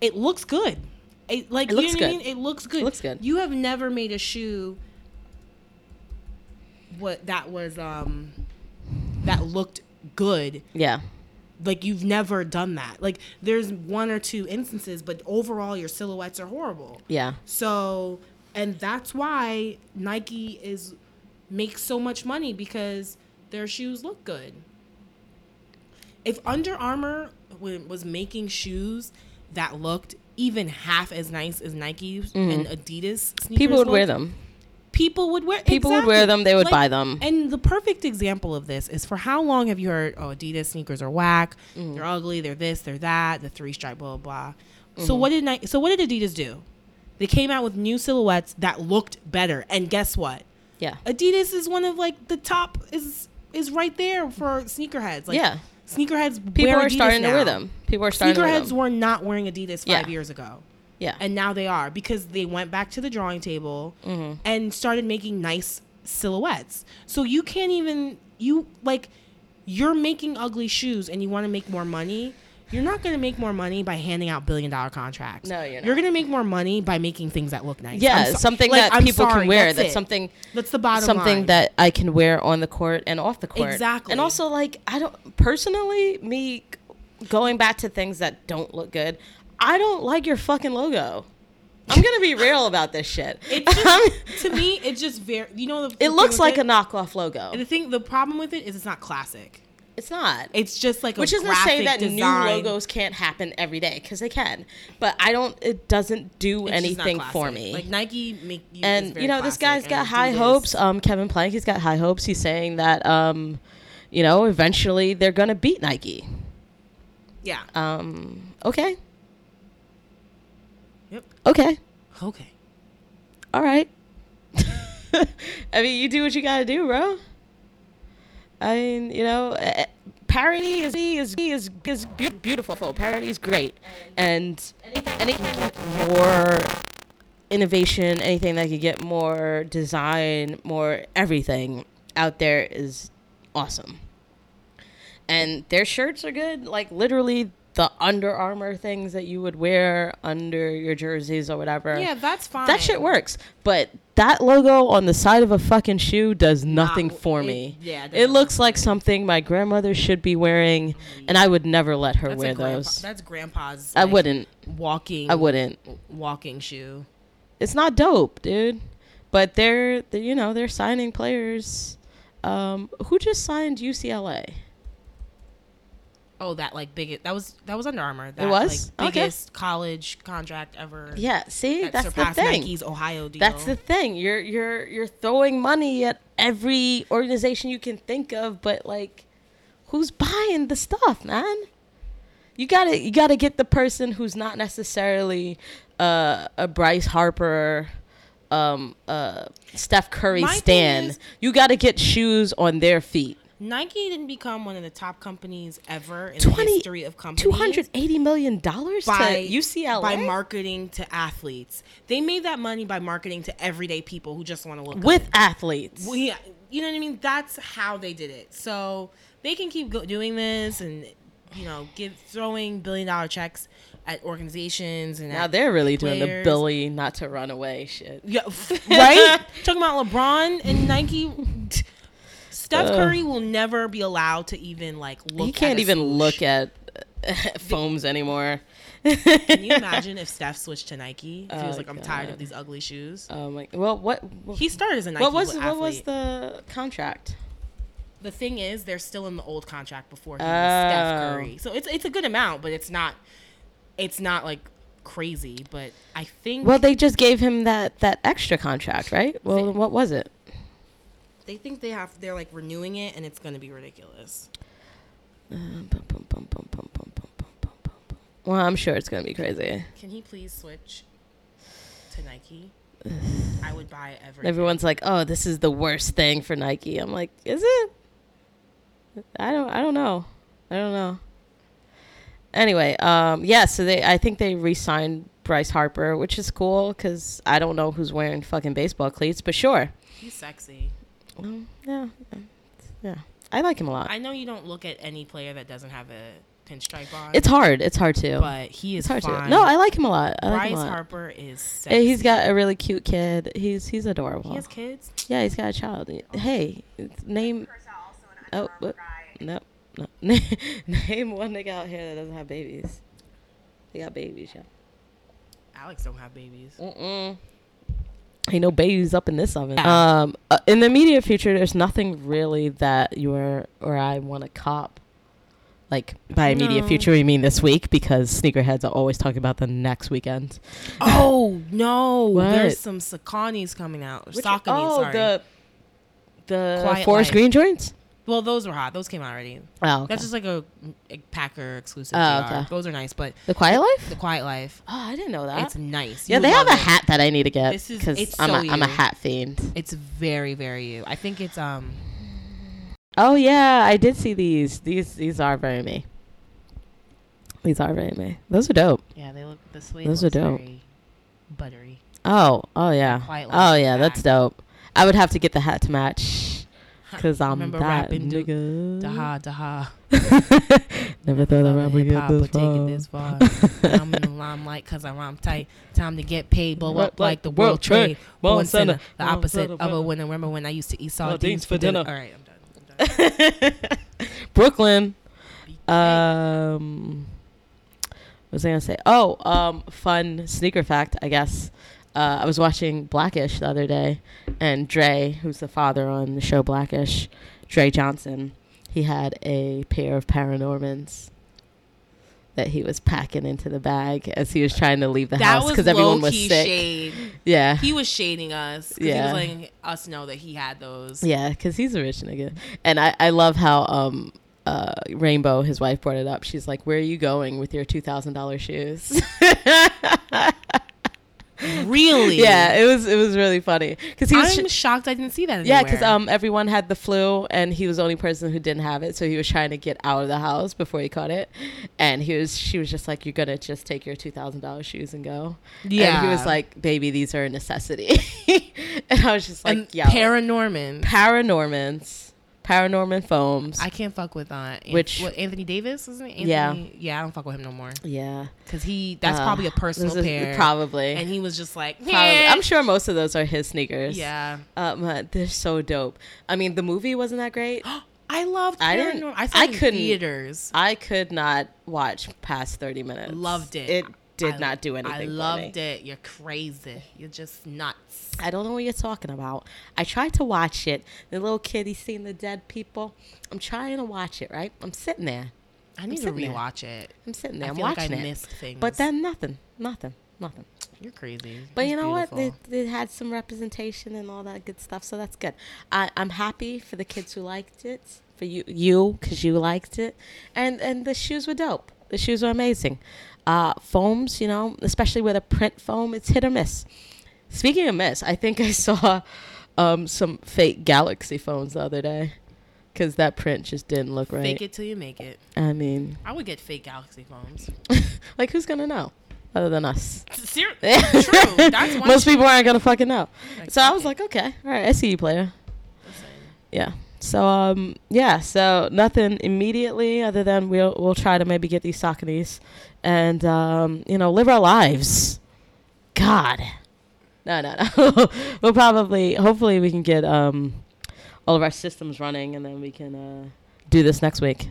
Speaker 1: It looks good. It like
Speaker 2: It
Speaker 1: you
Speaker 2: looks
Speaker 1: know what I
Speaker 2: good.
Speaker 1: mean? It looks good.
Speaker 2: It looks good.
Speaker 1: You have never made a shoe what that was um that looked good.
Speaker 2: yeah
Speaker 1: Like you've never done that. Like there's one or two instances, but overall your silhouettes are horrible.
Speaker 2: yeah
Speaker 1: So, and that's why Nike is makes so much money because their shoes look good. If Under Armour wa- was making shoes that looked even half as nice as Nike's and Adidas sneakers,
Speaker 2: Mm-hmm. people would wear
Speaker 1: looked,
Speaker 2: them
Speaker 1: People would wear.
Speaker 2: People would wear them, they would buy them.
Speaker 1: And the perfect example of this is for how long have you heard? Oh, Adidas sneakers are whack.
Speaker 2: Mm-hmm.
Speaker 1: They're ugly. They're this. They're that. The three stripe. Blah blah. blah.
Speaker 2: Mm-hmm.
Speaker 1: So what did Ni- so what did Adidas do? They came out with new silhouettes that looked better. And guess what?
Speaker 2: yeah
Speaker 1: Adidas is one of like the top is is right there for sneakerheads. Like,
Speaker 2: Yeah.
Speaker 1: Sneakerheads.
Speaker 2: people
Speaker 1: wear
Speaker 2: are
Speaker 1: Adidas
Speaker 2: starting to wear
Speaker 1: now.
Speaker 2: them people are starting to wear
Speaker 1: Sneakerheads
Speaker 2: them
Speaker 1: were not wearing Adidas five
Speaker 2: Yeah.
Speaker 1: years ago
Speaker 2: yeah
Speaker 1: and now they are because they went back to the drawing table
Speaker 2: Mm-hmm.
Speaker 1: and started making nice silhouettes. So you can't even you like you're making ugly shoes and you want to make more money. You're not going to make more money by handing out billion dollar contracts.
Speaker 2: No, you're
Speaker 1: You're
Speaker 2: not.
Speaker 1: going to make more money by making things that look nice.
Speaker 2: yeah
Speaker 1: I'm so-
Speaker 2: something
Speaker 1: like,
Speaker 2: that
Speaker 1: I'm
Speaker 2: people
Speaker 1: sorry,
Speaker 2: can wear
Speaker 1: That's
Speaker 2: that's
Speaker 1: it.
Speaker 2: something
Speaker 1: That's the bottom
Speaker 2: something
Speaker 1: line.
Speaker 2: that I can wear on the court and off the court.
Speaker 1: Exactly.
Speaker 2: And also, like, I don't personally, me g- going back to things that don't look good, I don't like your fucking logo. I'm gonna be real about this shit.
Speaker 1: It's just, to me it's just very you know the, the
Speaker 2: Um, it
Speaker 1: thing
Speaker 2: looks
Speaker 1: with
Speaker 2: like
Speaker 1: it?
Speaker 2: a knockoff logo.
Speaker 1: the thing the problem with it is it's not classic.
Speaker 2: It's not.
Speaker 1: It's just like a
Speaker 2: Which isn't to say
Speaker 1: graphic
Speaker 2: that
Speaker 1: design.
Speaker 2: new logos can't happen every day because they can, but I don't. It doesn't do
Speaker 1: It's just not
Speaker 2: anything for
Speaker 1: classic.
Speaker 2: me.
Speaker 1: Like Nike make you
Speaker 2: and you know this guy's got high hopes um kevin plank he's got high hopes he's saying that um you know eventually they're gonna beat nike
Speaker 1: Yeah.
Speaker 2: um okay
Speaker 1: Yep.
Speaker 2: okay
Speaker 1: Okay.
Speaker 2: all right i mean you do what you gotta do bro i mean you know eh, eh, parody is is is, is beau- beautiful parody is great and anything that can get more innovation anything that could get more design more everything out there is awesome. And their shirts are good, like literally the Under Armour things that you would wear under your jerseys or whatever.
Speaker 1: Yeah, that's fine.
Speaker 2: That shit works, but that logo on the side of a fucking shoe does nothing
Speaker 1: Not-
Speaker 2: for
Speaker 1: Uh, it-
Speaker 2: me.
Speaker 1: yeah, it
Speaker 2: it
Speaker 1: doesn't
Speaker 2: looks like something my grandmother should be wearing, and I would never let her
Speaker 1: That's a
Speaker 2: wear
Speaker 1: grandpa-
Speaker 2: those.
Speaker 1: That's grandpa's.
Speaker 2: I
Speaker 1: like,
Speaker 2: wouldn't.
Speaker 1: walking.
Speaker 2: I wouldn't.
Speaker 1: walking shoe.
Speaker 2: It's not dope, dude. But they're, they- you know, they're signing players. Um, who just signed UCLA?
Speaker 1: Oh, that like biggest. That was that was Under Armour. That,
Speaker 2: was?
Speaker 1: like,
Speaker 2: Okay.
Speaker 1: biggest college contract ever.
Speaker 2: Yeah, see,
Speaker 1: that
Speaker 2: that's the
Speaker 1: surpassed
Speaker 2: thing.
Speaker 1: Nike's Ohio deal.
Speaker 2: That's the thing. You're you're you're throwing money at every organization you can think of, but like who's buying the stuff, man? You gotta you gotta get the person who's not necessarily uh, a Bryce Harper, um, uh, Steph Curry
Speaker 1: My thing
Speaker 2: stand.
Speaker 1: is-
Speaker 2: you gotta get shoes on their feet.
Speaker 1: Nike didn't become one of the top companies ever in the
Speaker 2: 20
Speaker 1: history of companies.
Speaker 2: Two hundred eighty million dollars to UCLA.
Speaker 1: by marketing to athletes. They made that money by marketing to everyday people who just want to look
Speaker 2: with athletes.
Speaker 1: We, you know what I mean? That's how they did it. So they can keep go- doing this and you know, give throwing billion dollar checks at organizations and
Speaker 2: now
Speaker 1: at
Speaker 2: they're really doing the
Speaker 1: players.
Speaker 2: Billy not to run away shit.
Speaker 1: yeah, right? Talking about LeBron and Nike. Steph Curry will never be allowed to even like look.
Speaker 2: he can't
Speaker 1: at a
Speaker 2: even
Speaker 1: swoosh.
Speaker 2: look at at foams anymore.
Speaker 1: Can you imagine if Steph switched to Nike? If he was
Speaker 2: Oh,
Speaker 1: like, "I'm tired
Speaker 2: God.
Speaker 1: of these ugly shoes."
Speaker 2: Oh my! Well, what? What,
Speaker 1: He started as a Nike.
Speaker 2: what was
Speaker 1: athlete.
Speaker 2: what was the contract?
Speaker 1: the thing is they're still in the old contract before he was
Speaker 2: Oh.
Speaker 1: Steph Curry. So it's it's a good amount, but it's not it's not like crazy. But I think
Speaker 2: Well, they just gave him that that extra contract, right? Well,
Speaker 1: Thi-
Speaker 2: what was it?
Speaker 1: they think they have they're like renewing it and it's gonna be ridiculous.
Speaker 2: Uh, bum, bum, bum, bum, bum, bum, bum, bum, bum, bum, bum. Well, I'm sure it's gonna be crazy.
Speaker 1: Can he please switch to Nike? I would buy every
Speaker 2: Everyone's like, "Oh, this is the worst thing for Nike." I'm like, "Is it?" I don't. I don't know. I don't know. Anyway, um, yeah. So they, I think they re-signed Bryce Harper, which is cool because I don't know who's wearing fucking baseball cleats, but sure.
Speaker 1: he's sexy.
Speaker 2: Well, yeah, yeah. I like him a lot.
Speaker 1: I know you don't look at any player that doesn't have a pinstripe on.
Speaker 2: it's hard. It's hard to.
Speaker 1: but he is
Speaker 2: it's hard to.
Speaker 1: fine.
Speaker 2: No, I like him a lot. I like
Speaker 1: Bryce
Speaker 2: him a lot.
Speaker 1: Harper is sexy.
Speaker 2: And he's got a really cute kid. He's he's adorable.
Speaker 1: he has kids.
Speaker 2: Yeah, he's got a child. Hey, it's- name. Oh, what? Nope. No. name one nigga out here that doesn't have babies. They got babies, yeah.
Speaker 1: Alex don't have babies.
Speaker 2: Mm-mm. Ain't no babies up in this oven.
Speaker 1: Yeah.
Speaker 2: Um, uh, in the immediate future, there's nothing really that you or or I want to cop. Like by immediate
Speaker 1: No.
Speaker 2: future, we mean this week because sneakerheads are always talking about the next weekend.
Speaker 1: Oh no!
Speaker 2: What?
Speaker 1: There's some Sakonis coming out. Or Sauconies, sorry.
Speaker 2: oh, the the
Speaker 1: Quiet
Speaker 2: forest
Speaker 1: Life.
Speaker 2: green joints.
Speaker 1: well, those were hot. Those came out already.
Speaker 2: Oh, okay.
Speaker 1: That's just like a, a Packer exclusive.
Speaker 2: Oh,
Speaker 1: PR.
Speaker 2: okay.
Speaker 1: Those are nice, but
Speaker 2: the quiet life.
Speaker 1: the Quiet Life,
Speaker 2: Oh, I didn't know
Speaker 1: it's nice.
Speaker 2: yeah,
Speaker 1: You
Speaker 2: they
Speaker 1: would
Speaker 2: have a
Speaker 1: love it.
Speaker 2: hat that I need to get
Speaker 1: This is-
Speaker 2: because
Speaker 1: it's
Speaker 2: I'm, a
Speaker 1: so
Speaker 2: am a
Speaker 1: you.
Speaker 2: hat fiend.
Speaker 1: It's very, very you. I think it's um.
Speaker 2: Oh yeah, I did see these. These these are very me. These are very me. Those are dope.
Speaker 1: Yeah, they look. The sleeve
Speaker 2: Those are looks dope.
Speaker 1: buttery.
Speaker 2: Oh oh yeah.
Speaker 1: Quiet Life
Speaker 2: Oh
Speaker 1: is
Speaker 2: yeah,
Speaker 1: back.
Speaker 2: that's dope. I would have to get the hat to match because I'm
Speaker 1: Remember
Speaker 2: that
Speaker 1: rapping Duke-
Speaker 2: nigga.
Speaker 1: Daha, daha.
Speaker 2: Never thought that rap would
Speaker 1: hip
Speaker 2: get
Speaker 1: hop
Speaker 2: this
Speaker 1: would take
Speaker 2: far.
Speaker 1: it this far. Now I'm in the limelight because I rhyme tight. Time to get paid, blow
Speaker 2: Right,
Speaker 1: up like the World Trade. One center, the
Speaker 2: One
Speaker 1: opposite
Speaker 2: center,
Speaker 1: of a
Speaker 2: one-
Speaker 1: winner. Remember when I used to eat sardines
Speaker 2: Sardines for
Speaker 1: for dinner?
Speaker 2: dinner.
Speaker 1: All right, I'm done. I'm done.
Speaker 2: Brooklyn.
Speaker 1: Be
Speaker 2: Uh, Um, what was I gonna say? Oh, um, fun sneaker fact, I guess. Uh, I was watching Blackish the other day, and Dre, who's the father on the show Blackish, Dre Johnson, he had a pair of Paranormans that he was packing into the bag as he was trying to leave the
Speaker 1: that
Speaker 2: house
Speaker 1: was
Speaker 2: because everyone was
Speaker 1: low-key
Speaker 2: sick.
Speaker 1: shade.
Speaker 2: Yeah,
Speaker 1: He was shading us. 'cause
Speaker 2: Yeah.
Speaker 1: He was letting us know that he had those.
Speaker 2: Yeah, because he's a rich nigga. And I, I love how um, uh, Rainbow, his wife, brought it up. She's like, Where are you going with your $2,000 shoes?
Speaker 1: Really?
Speaker 2: yeah, it was it was really funny. Because he was.
Speaker 1: I'm
Speaker 2: sh-
Speaker 1: shocked I didn't see that anywhere.
Speaker 2: yeah, because um, everyone had the flu, and he was the only person who didn't have it. So he was trying to get out of the house before he caught it, and he was she was just like, "You're gonna just take your two thousand dollars shoes and go." And he was like, "Baby, these are a necessity." and I was just like,
Speaker 1: and
Speaker 2: yeah,
Speaker 1: Paranorman.
Speaker 2: Paranormans, Paranorman foams.
Speaker 1: I can't fuck with uh, An-
Speaker 2: Which-
Speaker 1: what, Anthony Davis isn't it?
Speaker 2: Yeah.
Speaker 1: Anthony- yeah. I don't fuck with him no more
Speaker 2: yeah,
Speaker 1: because he that's
Speaker 2: Uh,
Speaker 1: probably a personal
Speaker 2: this is-
Speaker 1: pair,
Speaker 2: Probably,
Speaker 1: and he was just like,
Speaker 2: probably.
Speaker 1: "Eh."
Speaker 2: I'm sure most of those are his sneakers.
Speaker 1: yeah.
Speaker 2: um, uh, they're so dope. I mean, the movie wasn't that great.
Speaker 1: I loved.
Speaker 2: I
Speaker 1: I
Speaker 2: didn't-
Speaker 1: I saw
Speaker 2: I
Speaker 1: it in
Speaker 2: couldn't-
Speaker 1: theaters.
Speaker 2: I could not watch past 30 minutes.
Speaker 1: Loved it.
Speaker 2: It did
Speaker 1: I-
Speaker 2: not do anything.
Speaker 1: I
Speaker 2: for me.
Speaker 1: loved it. You're crazy. You're just nuts.
Speaker 2: I don't know what you're talking about. I tried to watch it. The little kid, he's seeing the dead people. I'm trying to watch it, right? I'm sitting there.
Speaker 1: I need to
Speaker 2: sitting there.
Speaker 1: rewatch it.
Speaker 2: I'm sitting there.
Speaker 1: I
Speaker 2: I'm
Speaker 1: feel like I
Speaker 2: watching it.
Speaker 1: missed things.
Speaker 2: But then nothing. Nothing. Nothing.
Speaker 1: You're crazy.
Speaker 2: But
Speaker 1: It's
Speaker 2: you know what?
Speaker 1: beautiful.
Speaker 2: They, they had some representation and all that good stuff, so that's good. I, I'm happy for the kids who liked it, for you, you, because you liked it, and and the shoes were dope. The shoes were amazing. Uh, foams, you know, especially with a print foam, it's hit or miss. Speaking of miss, I think I saw um, some fake Galaxy phones the other day because that print just didn't look right.
Speaker 1: Fake it till you make it.
Speaker 2: I mean,
Speaker 1: I would get fake Galaxy phones.
Speaker 2: like who's gonna know other than us?
Speaker 1: Ser- true. That's one.
Speaker 2: Most people aren't gonna fucking know.
Speaker 1: Like,
Speaker 2: So I was
Speaker 1: okay,
Speaker 2: like, okay, all right, I see you, player.
Speaker 1: listen.
Speaker 2: Yeah. So um yeah, so nothing immediately other than we'll we'll try to maybe get these Sauconys and um, you know, live our lives. God. No, no, no. we'll probably hopefully we can get um all of our systems running and then we can uh do this next week.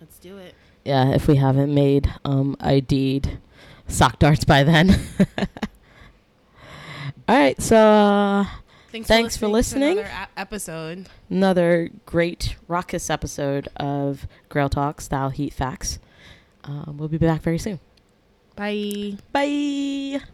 Speaker 1: Let's do it.
Speaker 2: Yeah, if we haven't made um ID'd sock darts by then. all right, so uh, Thanks for
Speaker 1: to
Speaker 2: listening.
Speaker 1: another a- episode.
Speaker 2: another great raucous episode of Grail Talk Style Heat Facts. Um, we'll be back very soon.
Speaker 1: Bye.
Speaker 2: Bye.